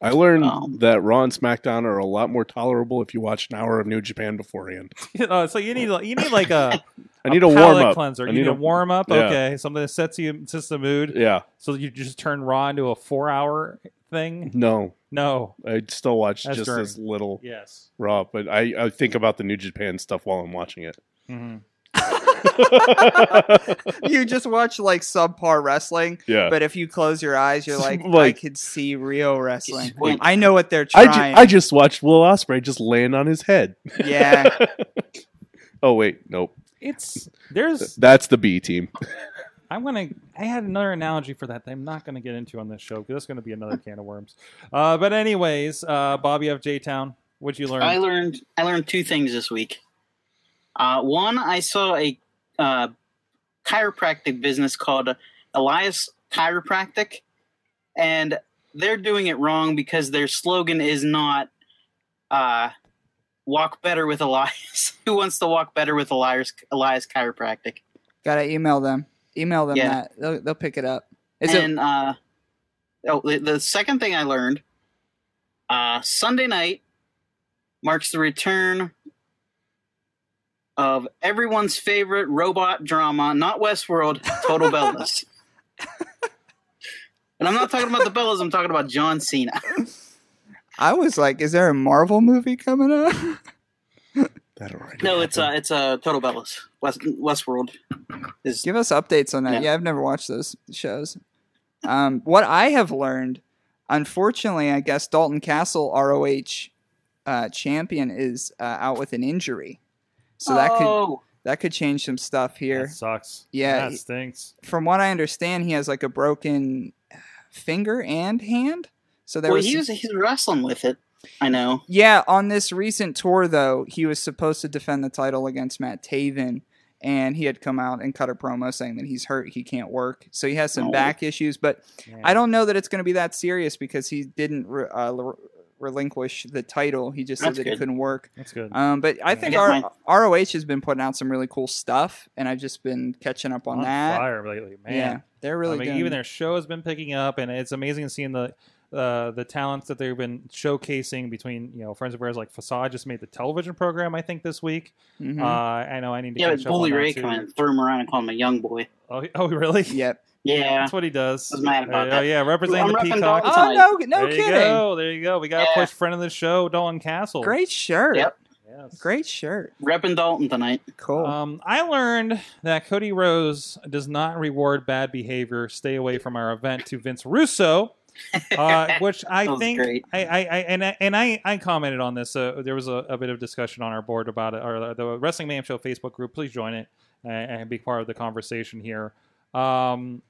I learned Um. that Raw and SmackDown are a lot more tolerable if you watch an hour of New Japan beforehand. oh, so you need like- you need like a I need a, palate warm up. cleanser. I You need, need a, a- warm up. yeah. Okay, something that sets you sets the mood, Yeah. so you just turn Raw into a four hour thing. No, No. I still watch That's just during. this little Yes. Raw, but I, I think about the New Japan stuff while I'm watching it. hmm you just watch like subpar wrestling, yeah. but if you close your eyes, you're like, Like- I could see real wrestling. Just wait. I know what they're I, trying. ju- I just watched Will Osprey just laying on his head. yeah. oh wait, nope. It's there's That's the B team. I'm gonna. I had another analogy for that that I'm not gonna get into on this show because that's gonna be another can of worms. Uh, but anyways, uh, Bobby of J Town, what'd you learn? I learned I learned two things this week. Uh, one, I saw a uh, chiropractic business called Elias Chiropractic, and they're doing it wrong because their slogan is not uh, "Walk better with Elias." Who wants to walk better with Elias Elias Chiropractic? Gotta email them. Email them Yeah. that. They'll, they'll pick it up. Is it and uh, oh, the, the second thing I learned uh, Sunday night marks the return of everyone's favorite robot drama, not Westworld, Total Bellas. and I'm not talking about the Bellas, I'm talking about John Cena. I was like, is there a Marvel movie coming up? That already. No, it's uh, happened. it's uh, Total Bellas. West Westworld is Give us updates on that. Yeah. Yeah, I've never watched those shows. Um, what I have learned, unfortunately, I guess Dalton Castle ROH uh, champion is uh, out with an injury, so that could Oh, that could change some stuff here. That sucks. Yeah, that stinks. From what I understand, he has like a broken finger and hand. So there well, was he was, he's wrestling with it. I know. Yeah, on this recent tour though, he was supposed to defend the title against Matt Taven, and he had come out and cut a promo saying that he's hurt, he can't work, so he has some Oh. back issues. But I don't know that it's going to be that serious because he didn't re- uh, re- relinquish the title. He just said That's that he good. couldn't work. That's good. Um, but I think Yeah, our, mine. ROH has been putting out some really cool stuff, and I've just been catching up on, On that. fire lately, man. Yeah, they're really I mean, doing- even their show has been picking up, and it's amazing seeing the uh, the talents that they've been showcasing between you know friends of ours like Facade just made the television program I think this week. Mhm. Uh, I know I need to Yeah, catch but up Bully on Ray that too. came in and threw him around and called him a young boy. Oh, oh, really? yep. Yeah. That's what he does. I was mad about Uh, that. yeah, representing I'm the repping peacock. Dalton. Oh no, no there kidding! You go. There you go. We got to Yeah. push friend of the show, Dolan Castle. Great shirt. Yep. Yes. Great shirt. Reppin' Dalton tonight. Cool. Um, I learned that Cody Rose does not reward bad behavior. Stay away from our event to Vince Russo, uh, which That I was think great. I, I, I and I, and I, I commented on this. Uh, there was a, a bit of discussion on our board about it, or the Wrestling Mayhem Show Facebook group. Please join it and, and be part of the conversation here. Um,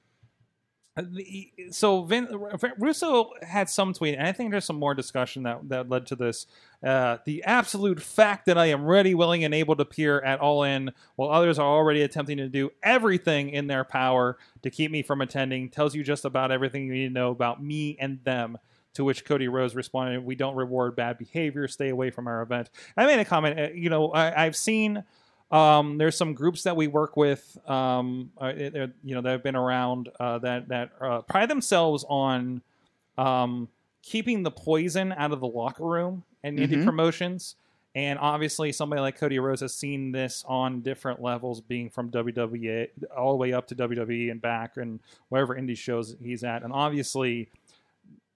the, so Vin, Russo had some tweet, and I think there's some more discussion that that led to this. Uh, the absolute fact that I am ready, willing, and able to appear at all in, while others are already attempting to do everything in their power to keep me from attending, tells you just about everything you need to know about me and them. To which Cody Rose responded, "We don't reward bad behavior. Stay away from our event." I made a comment. uh, You know, I, I've seen um, there's some groups that we work with, um, uh, it- it- you know, that have been around uh, that that uh, pride themselves on um, keeping the poison out of the locker room and indie Mhm. promotions. And obviously, somebody like Cody Rose has seen this on different levels, being from WWE all the way up to WWE and back, and wherever indie shows he's at. And obviously,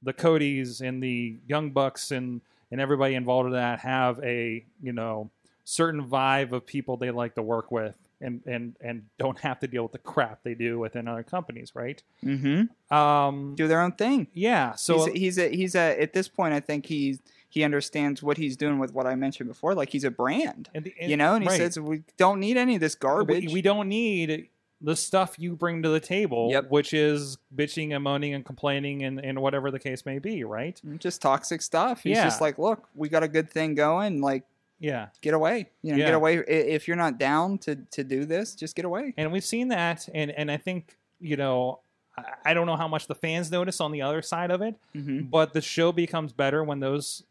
the Codys and the Young Bucks and and everybody involved in that have a you know certain vibe of people they like to work with and and and don't have to deal with the crap they do within other companies, right? Uh, hmm Um, Do their own thing. yeah. So uh, he's he's a, he's a, at this point, I think he he understands what he's doing with what I mentioned before. Like he's a brand, and the- you know. And he right. says we don't need any of this garbage. We, we don't need the stuff you bring to the table, Yep. which is bitching and moaning and complaining and, and whatever the case may be, right? just toxic stuff. He's Yeah. just like, look, we got a good thing going. Like, Yeah. get away. You know, Yeah. get away. I- If you're not down to to do this, just get away. And we've seen that. And, and I think, you know, I- I don't know how much the fans notice on the other side of it, hmm but the show becomes better when those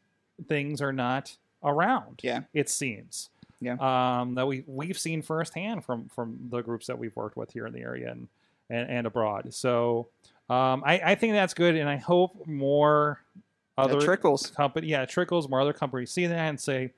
things are not around. Yeah. It seems. Yeah. Um, that we, we've seen firsthand from, from the groups that we've worked with here in the area and, and, and abroad. So um, I, I think that's good. And I hope more other It trickles. company, yeah, it trickles more other companies see that and say,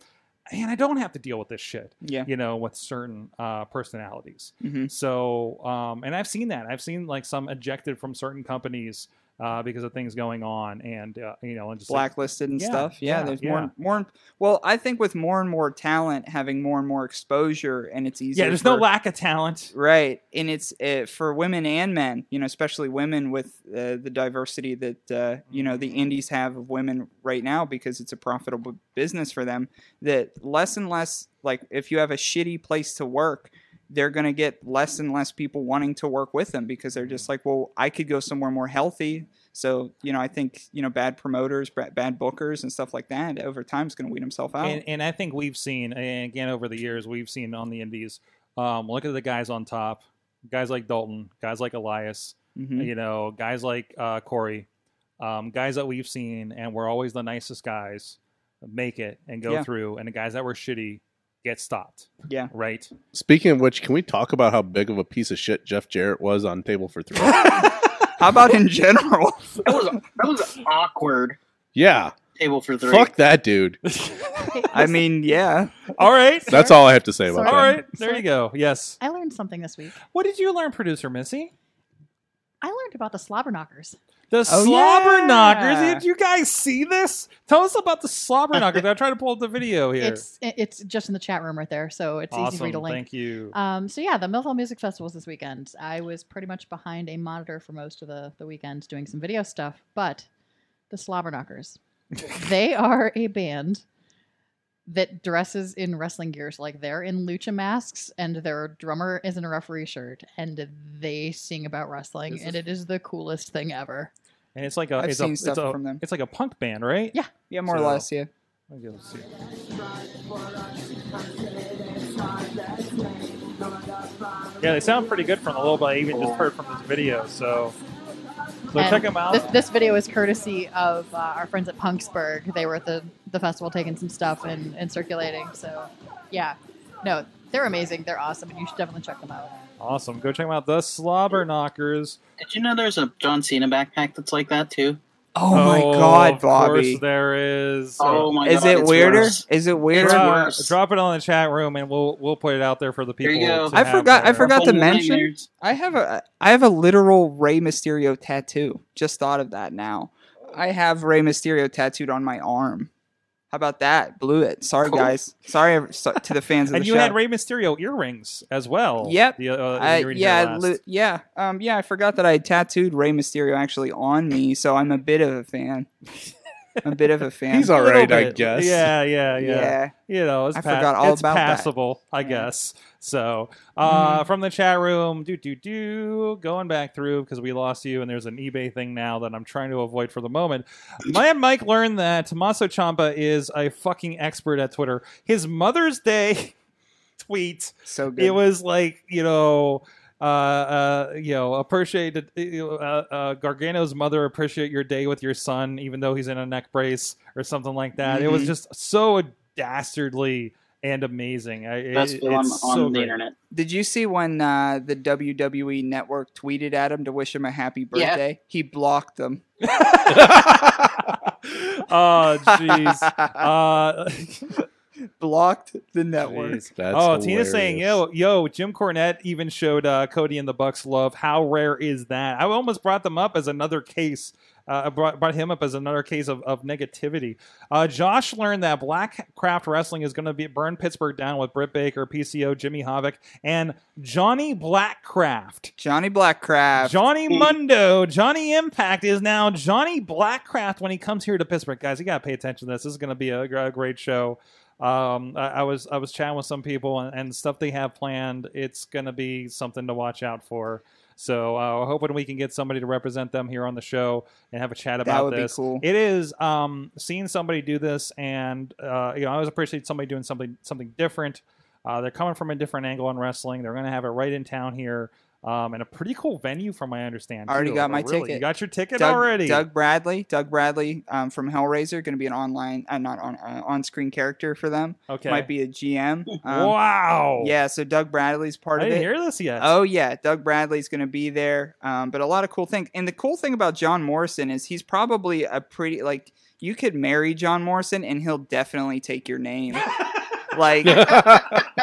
man, I don't have to deal with this shit, Yeah. you know, with certain uh, personalities. hmm So, um, and I've seen that. I've seen like some ejected from certain companies uh, because of things going on, and uh, you know, and just like, blacklisted and Yeah, stuff. Yeah, yeah, there's yeah. more, more. Well, I think with more and more talent, having more and more exposure, and it's easier. yeah, there's no for- lack of talent. Right, and it's uh, for women and men. You know, especially women with uh, the diversity that uh, you know the indies have of women right now, because it's a profitable business for them. That less and less, like if you have a shitty place to work, they're going to get less and less people wanting to work with them because they're just like, well, I could go somewhere more healthy. So, you know, I think, you know, bad promoters, ba- bad bookers and stuff like that over time is going to weed himself out. And, and I think we've seen, and again over the years, we've seen on the indies. Um, look at the guys on top, guys like Dalton, guys like Elias, Mhm. you know, guys like uh, Corey, um, guys that we've seen, and we're always the nicest guys make it and go Yeah. through, and the guys that were shitty get stopped. Yeah. Right. Speaking of which, can we talk about how big of a piece of shit Jeff Jarrett was on Table for Three? How about in general? That was that was awkward. yeah, Table for three. fuck that dude. I mean, yeah. All right. That's all I have to say about All Sorry. that. right. There you go. Yes. I learned something this week. What did you learn, producer Missy? I learned about the slobber knockers. The Oh, slobber knockers. yeah. Did you guys see this? Tell us about the slobber knockers. I'm trying to pull up the video here. It's it's just in the chat room right there, so it's easy for you to link. Thank Uh, you. Um, so yeah, the Millville Music Festival's this weekend. I was pretty much behind a monitor for most of the, the weekend doing some video stuff, but the Slobberknockers, they are a band that dresses in wrestling gear. So like they're in lucha masks and their drummer is in a referee shirt and they sing about wrestling This and it is the coolest thing ever. and it's like a, I've it's, seen a, stuff it's, a from them. it's like a punk band, right? Yeah. Yeah, more So- or less, yeah. Let me go see. Yeah, they sound pretty good from the little bit I even just heard from this video. So, so And check them out. This, this video is courtesy of uh, our friends at Punksburg. They were at the, the festival taking some stuff and, and circulating. So, yeah. No, they're amazing. They're awesome. And you should definitely check them out. awesome. Go check them out. The Slobber Knockers. Did you know there's a John Cena backpack that's like that too? Oh, my God, Of Bobby. course there is. Oh my Is god. it it's weirder? worse. Is it weirder? It's Drop, worse. drop it on the chat room, and we'll we'll put it out there for the There people. you go. to I have forgot- their- I forgot- Forgot to Full mention- nightmares. I have a I have a literal Rey Mysterio tattoo. Just thought of that now. I have Rey Mysterio tattooed on my arm. How about that? Blew it. Sorry Cool. guys. Sorry ev- so- to the fans of And the you show. had Rey Mysterio earrings as well. Yep. The, uh, I- you were in here yeah, last. li- yeah, um, yeah. I forgot that I had tattooed Rey Mysterio actually on me, so I'm a bit of a fan. I'm a bit of a fan. He's A all little right, I bit. guess. Yeah, yeah, yeah. yeah. You know, it's, I pa- forgot all it's about that. passable, I Yeah. Mm-hmm. guess. So, uh, from the chat room, do do do, going back through because we lost you, and there's an eBay thing now that I'm trying to avoid for the moment. My and Mike learned that Tommaso Ciampa is a fucking expert at Twitter. His Mother's Day tweet So good. it was like you know uh, uh, you know, appreciate uh, uh, Gargano's mother. Appreciate your day with your son, even though he's in a neck brace or something like that. It Mm-hmm. was Mhm. just so dastardly and amazing. I, it, Best film it's on so the great. internet. Did you see when uh, the WWE Network tweeted at him to wish him a happy Yeah. birthday? He blocked them. oh jeez. Uh, blocked the network. jeez. That's oh, Tina's saying, hilarious. yo, yo, Jim Cornette even showed uh, Cody and the Bucks love. How rare is that? I almost brought them up as another case. Uh, I brought, brought him up as another case of, of negativity. Uh, Josh learned that Black Craft Wrestling is going to be burn Pittsburgh down with Britt Baker, PCO, Jimmy Havoc, and Johnny Blackcraft. Johnny Blackcraft. Johnny Mundo, Johnny Impact is now Johnny Blackcraft when he comes here to Pittsburgh. Guys, you gotta pay attention to this. This is gonna be a, gr- a great show. Um, I, I was I was chatting with some people and, and stuff they have planned. It's gonna be something to watch out for. So uh, we're hoping we can get somebody to represent them here on the show and have a chat about would be this. cool. It is um, seeing somebody do this, and uh, you know I always appreciate somebody doing something something different. Uh, they're coming from a different angle on wrestling. They're going to have it right in town here, um, and a pretty cool venue, from my understanding. I already got my You ticket. got your ticket Doug, already. Doug Bradley. Doug Bradley um, from Hellraiser going to be an online, uh, not on uh, on screen character for them. okay. Might be a GM. Um, wow. Yeah, so Doug Bradley's I part of didn't it. hear this yet. Oh yeah, Doug Bradley's going to be there. Um, but a lot of cool things. And the cool thing about John Morrison is he's probably a pretty like you could marry John Morrison and he'll definitely take your name. like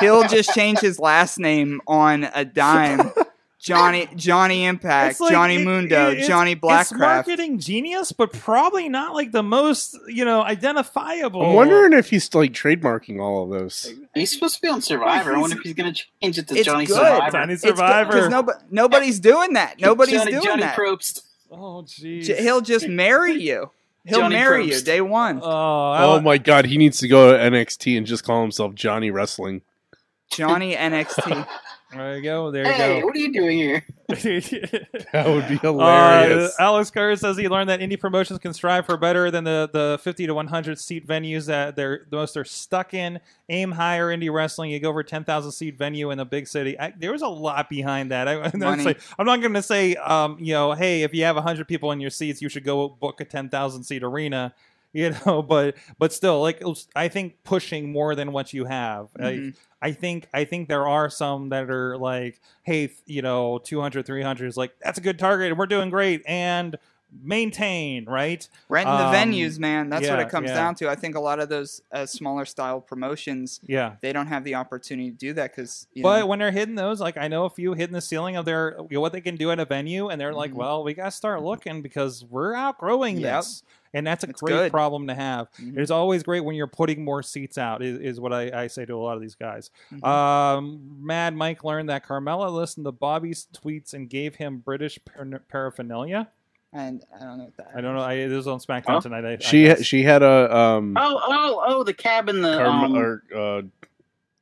he'll just change his last name on a dime. Johnny Johnny Impact, It's like- Johnny it- Mundo, it- it's- Johnny It's Blackcraft. marketing genius, but probably not like the most you know identifiable. I'm wondering if he's like trademarking all of those. He's supposed to be on Survivor. I wonder if he's gonna change it to It's Johnny good. Survivor. Johnny It's good, 'cause Survivor. nobo- nobody's doing that. Nobody's Johnny, doing Johnny that. Probst. oh jeez. J- he'll just marry you. He'll Johnny marry you Probst. day one. Oh, I- Oh my god, he needs to go to NXT and just call himself Johnny Wrestling. Johnny NXT. There you go. There you Hey, go. what are you doing here? That would be Uh, hilarious. Alex Kerr says he learned that indie promotions can strive for better than the, the 50 to 100 seat venues that they're the most they're stuck in. Aim higher, indie wrestling. You go over 10,000 seat venue in a big city. I, there was a lot behind that. I, that's Money. like- I'm not going to say, um, you know, hey, if you have 100 people in your seats, you should go book a 10,000 seat arena. You know, but but still, like I think pushing more than what you have. Like, Mhm. I think I think there are some that are like, hey, you know, 200, 300 is like that's a good target, and we're doing great, and maintain, right? Renting Um, the venues, man. That's what yeah, it comes yeah. down to. I think a lot of those uh, smaller style promotions, Yeah. they don't have the opportunity to do that because. But when they're hitting those, like I know a few hitting the ceiling of their you know, what they can do at a venue, and they're like, Mhm. well, we gotta start looking because we're outgrowing Yep. this, and that's a It's great good. problem to have. Mhm. It's always great when you're putting more seats out, is, is what I, I say to a lot of these guys. Mhm. Um, Mad Mike learned that Carmella listened to Bobby's tweets and gave him British par- paraphernalia. mm-hmm. and I don't know what that. I don't know. I, it was on SmackDown Huh? tonight. I, I she guess. she had a um Oh, oh, oh, the cab in the. Carm- um, or uh,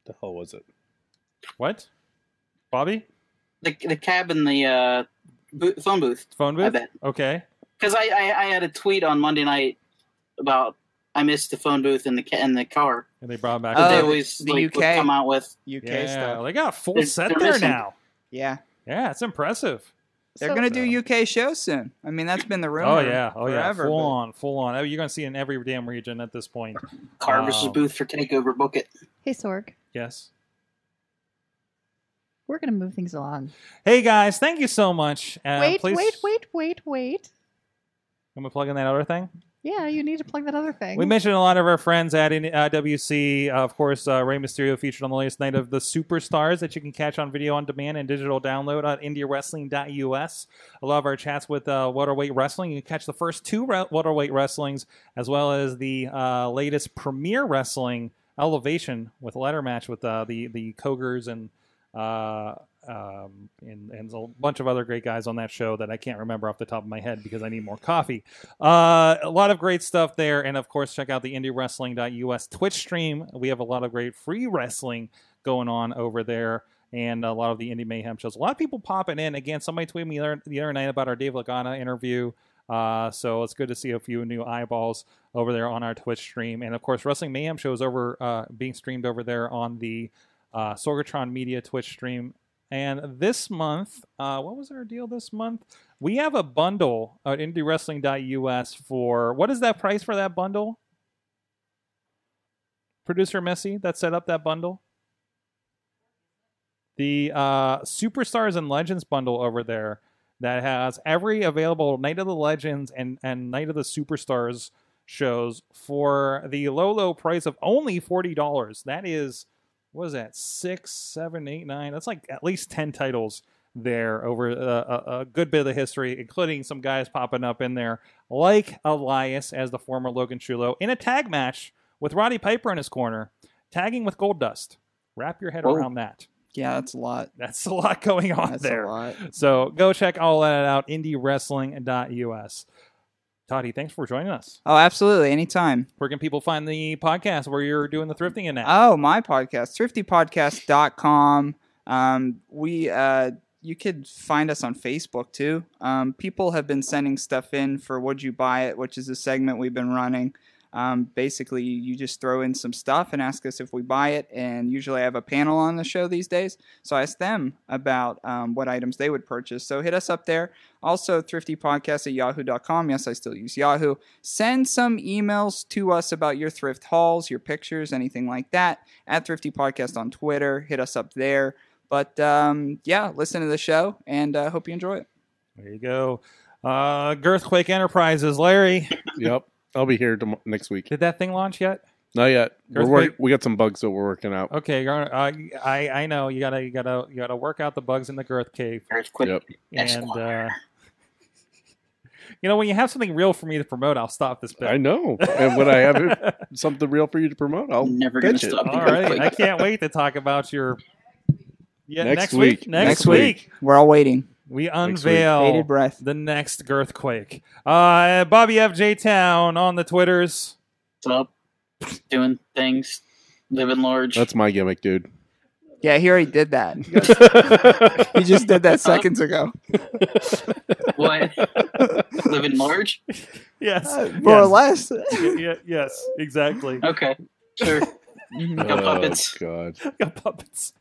the hell was it? what? Bobby the, the cab in the uh, bo- phone booth. phone I booth. bet Okay. because I, I I had a tweet on Monday night about I missed the phone booth in the ca- in the car. And they brought back. That they Oh, always the like, would UK. come out with. UK yeah, stuff. they got a full They're- set they're there missing. now. Yeah, Yeah, it's impressive. they're So- gonna do UK shows soon. I mean, that's been the rumor. oh yeah, oh yeah, forever, full but- on, full on. Oh, You're gonna see it in every damn region at this point. Car Wow. versus booth for takeover. Book it. Hey, Sorg, Yes. we're going to move things along. Hey guys, thank you so much. Uh, wait, please, wait, wait, wait, wait. Am I plugging that other thing? Yeah, you need to plug that other thing. We mentioned a lot of our friends at uh, WC. Uh, of course, uh, Rey Mysterio featured on the latest night of the Superstars that you can catch on video on demand and digital download on IndiaWrestling.us. A lot of our chats with uh, Waterweight Wrestling. You can catch the first two re- Waterweight Wrestlings as well as the uh, latest Premier Wrestling Elevation with ladder match with uh, the the Kogers and. Uh, um, and, and a bunch of other great guys on that show that I can't remember off the top of my head because I need more coffee. Uh, a lot of great stuff there. And of course, check out the indiewrestling.us Twitch stream. We have a lot of great free wrestling going on over there and a lot of the indie mayhem shows. A lot of people popping in. Again, somebody tweeted me the other- the other night about our Dave Lagana interview. Uh, so it's good to see a few new eyeballs over there on our Twitch stream. And of course, Wrestling Mayhem shows over uh, being streamed over there on the uh, Sorgatron Media Twitch stream. And this month, uh, what was our deal this month? We have a bundle at indiewrestling.us for what is that price for that bundle? Producer Messi that set up that bundle. The uh, Superstars and Legends bundle over there that has every available Night of the Legends and, and Night of the Superstars shows for the low, low price of only $40. That is, what is that, six, seven, eight, nine? That's like at least 10 titles there over a, a, a good bit of the history, including some guys popping up in there, like Elias as the former Logan Chulo in a tag match with Roddy Piper in his corner, tagging with Gold Dust. Wrap your head Whoa. around that. yeah, that's a lot. That's a lot going on Oh. That's there. a lot. So go check all that out, indiewrestling.us. Toddy, thanks for joining us. Oh, absolutely. Anytime. Where can people find the podcast where you're doing the thrifting in at? Oh, my podcast, thriftypodcast.com. Um, we uh, you could find us on Facebook too. Um, people have been sending stuff in for Would You Buy It, which is a segment we've been running. Um, basically, you just throw in some stuff and ask us if we buy it. And usually, I have a panel on the show these days, so I ask them about um, what items they would purchase. So hit us up there. Also, thriftypodcast at yahoo.com. Yes, I still use Yahoo send some emails to us about your thrift hauls, your pictures, anything like that at Thrifty Podcast on Twitter. Hit us up there. But um, yeah, listen to the show and uh, hope you enjoy it. There you go. Uh, Girthquake Enterprises. Larry, Yep, I'll be here tom- next week. did that thing launch yet? Not yet. We're Earthquake? work- we got some bugs that we're working out. Okay, you're- uh, I I know you gotta you gotta you gotta work out the bugs in the girth cave, Earthquake. Yep. and uh, Esquire. you know when you have something real for me to promote, I'll stop this I bit. know. and when I have it, something real for you to promote, I'll I'm never gonna pitch it. stop. Oh, All right, I can't wait to talk about your yeah Next next, week. Next, Next week. week. We're all waiting. we Next week. unveil Bated breath. the next girthquake. Uh, Bobby FJ Town on the twitters. What's up? Doing things, living large. That's my gimmick, dude. Yeah, he already did that. He just did that seconds ago. What? Living large? Yes. More or yes. less. Yeah, yes, exactly. Okay. Sure. Mhm. Uh, Got puppets. Oh, God. Got puppets.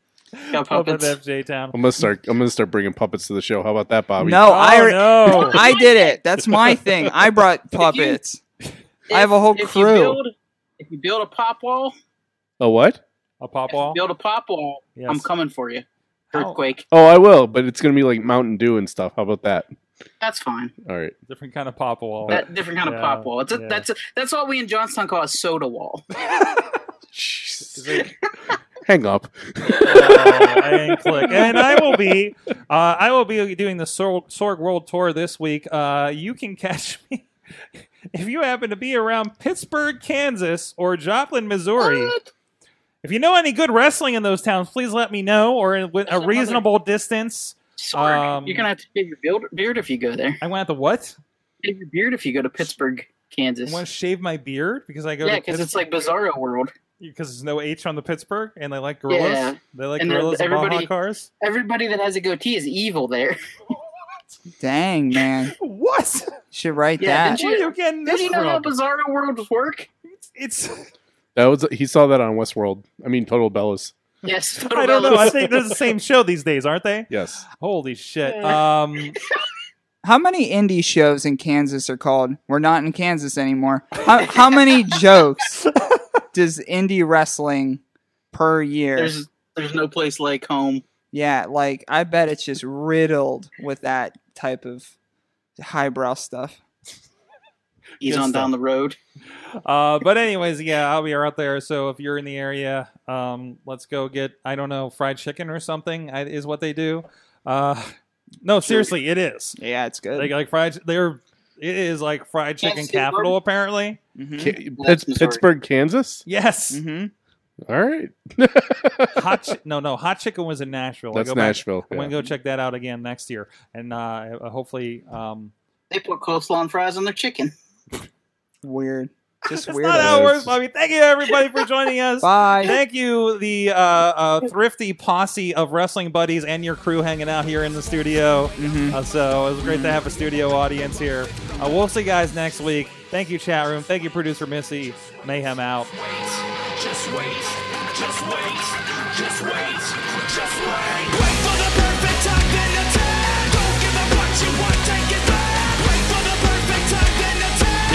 Got Puppet puppets. FJ Town. Oh, I'm gonna start. I'm gonna start bringing puppets to the show. How about that, Bobby? No, I already- no. I did it. That's my thing. I brought puppets. I have a whole if crew. You build, if you build a pop wall, Oh, what? A pop if you wall. build a pop wall, Yes. I'm coming for you. How- Earthquake. Oh, I will. But it's gonna be like Mountain Dew and stuff. How about that? That's fine. All right. Different kind of pop wall. That different kind Yeah, of pop wall. It's a, yeah. That's a, that's what we in Johnstown call a soda wall. Jeez. Hang up. Oh, and click. And I will be, uh, I will be doing the Sor- Sorg World Tour this week. Uh, you can catch me if you happen to be around Pittsburgh, Kansas, or Joplin, Missouri. If you know any good wrestling in those towns, please let me know, or in- with There's a another- reasonable distance. Sorry. Um, You're gonna have to shave your beard, beard if you go there. I went to what? Shave your beard if you go to Pittsburgh, I Kansas. want to shave my beard because I go Yeah, to because because it's like Bizarro World. because there's no H on the Pittsburgh, and they like gorillas. Yeah. They like And they're- gorillas and Baja everybody- cars. Everybody that has a goatee is evil there. Dang, man. What? Should write Yeah, that. did Where are you getting Did this you know how from? Bizarro Worlds work? it's That was. He saw that on Westworld. I mean, Total Bellas. Yes. I don't know. I think they're the same show these days, aren't they? Yes. Holy shit. Um, How many indie shows in Kansas are called? We're not in Kansas anymore. How, how many jokes does indie wrestling per year? There's there's no place like home. yeah, like I bet it's just riddled with that type of highbrow stuff. He's Good on stuff. down the road. uh, but anyways, yeah, I'll be out there. So if you're in the area, um, let's go get I don't know fried chicken or something I- is what they do. Uh, no, seriously, it is. Yeah, it's They good. like fried. They're it is like fried Can't chicken say word. capital apparently. Mm-hmm. Ca- That's Pitts- Missouri. Pittsburgh, Kansas. Yes, hmm All right. hot. Chi- no, no, hot chicken was in Nashville. I That's go back- Nashville. I'm gonna yeah. go check that out again next year, and uh, hopefully, um, They put coleslaw and fries on their chicken. Weird. Just that's weird. not how it works. It's- Bobby. Thank you everybody for joining us. Bye. Thank you, the uh, uh, thrifty posse of wrestling buddies and your crew hanging out here in the studio. Mhm. Uh, so it was great to have a studio audience here. Uh, we'll see you guys next week. Thank you, chat room. Thank you, producer Missy. Mayhem out. wait, just wait, just wait, just wait, just wait. Wait for the perfect time then attack. Don't give up what you want, take it back. Wait for the perfect time then attack.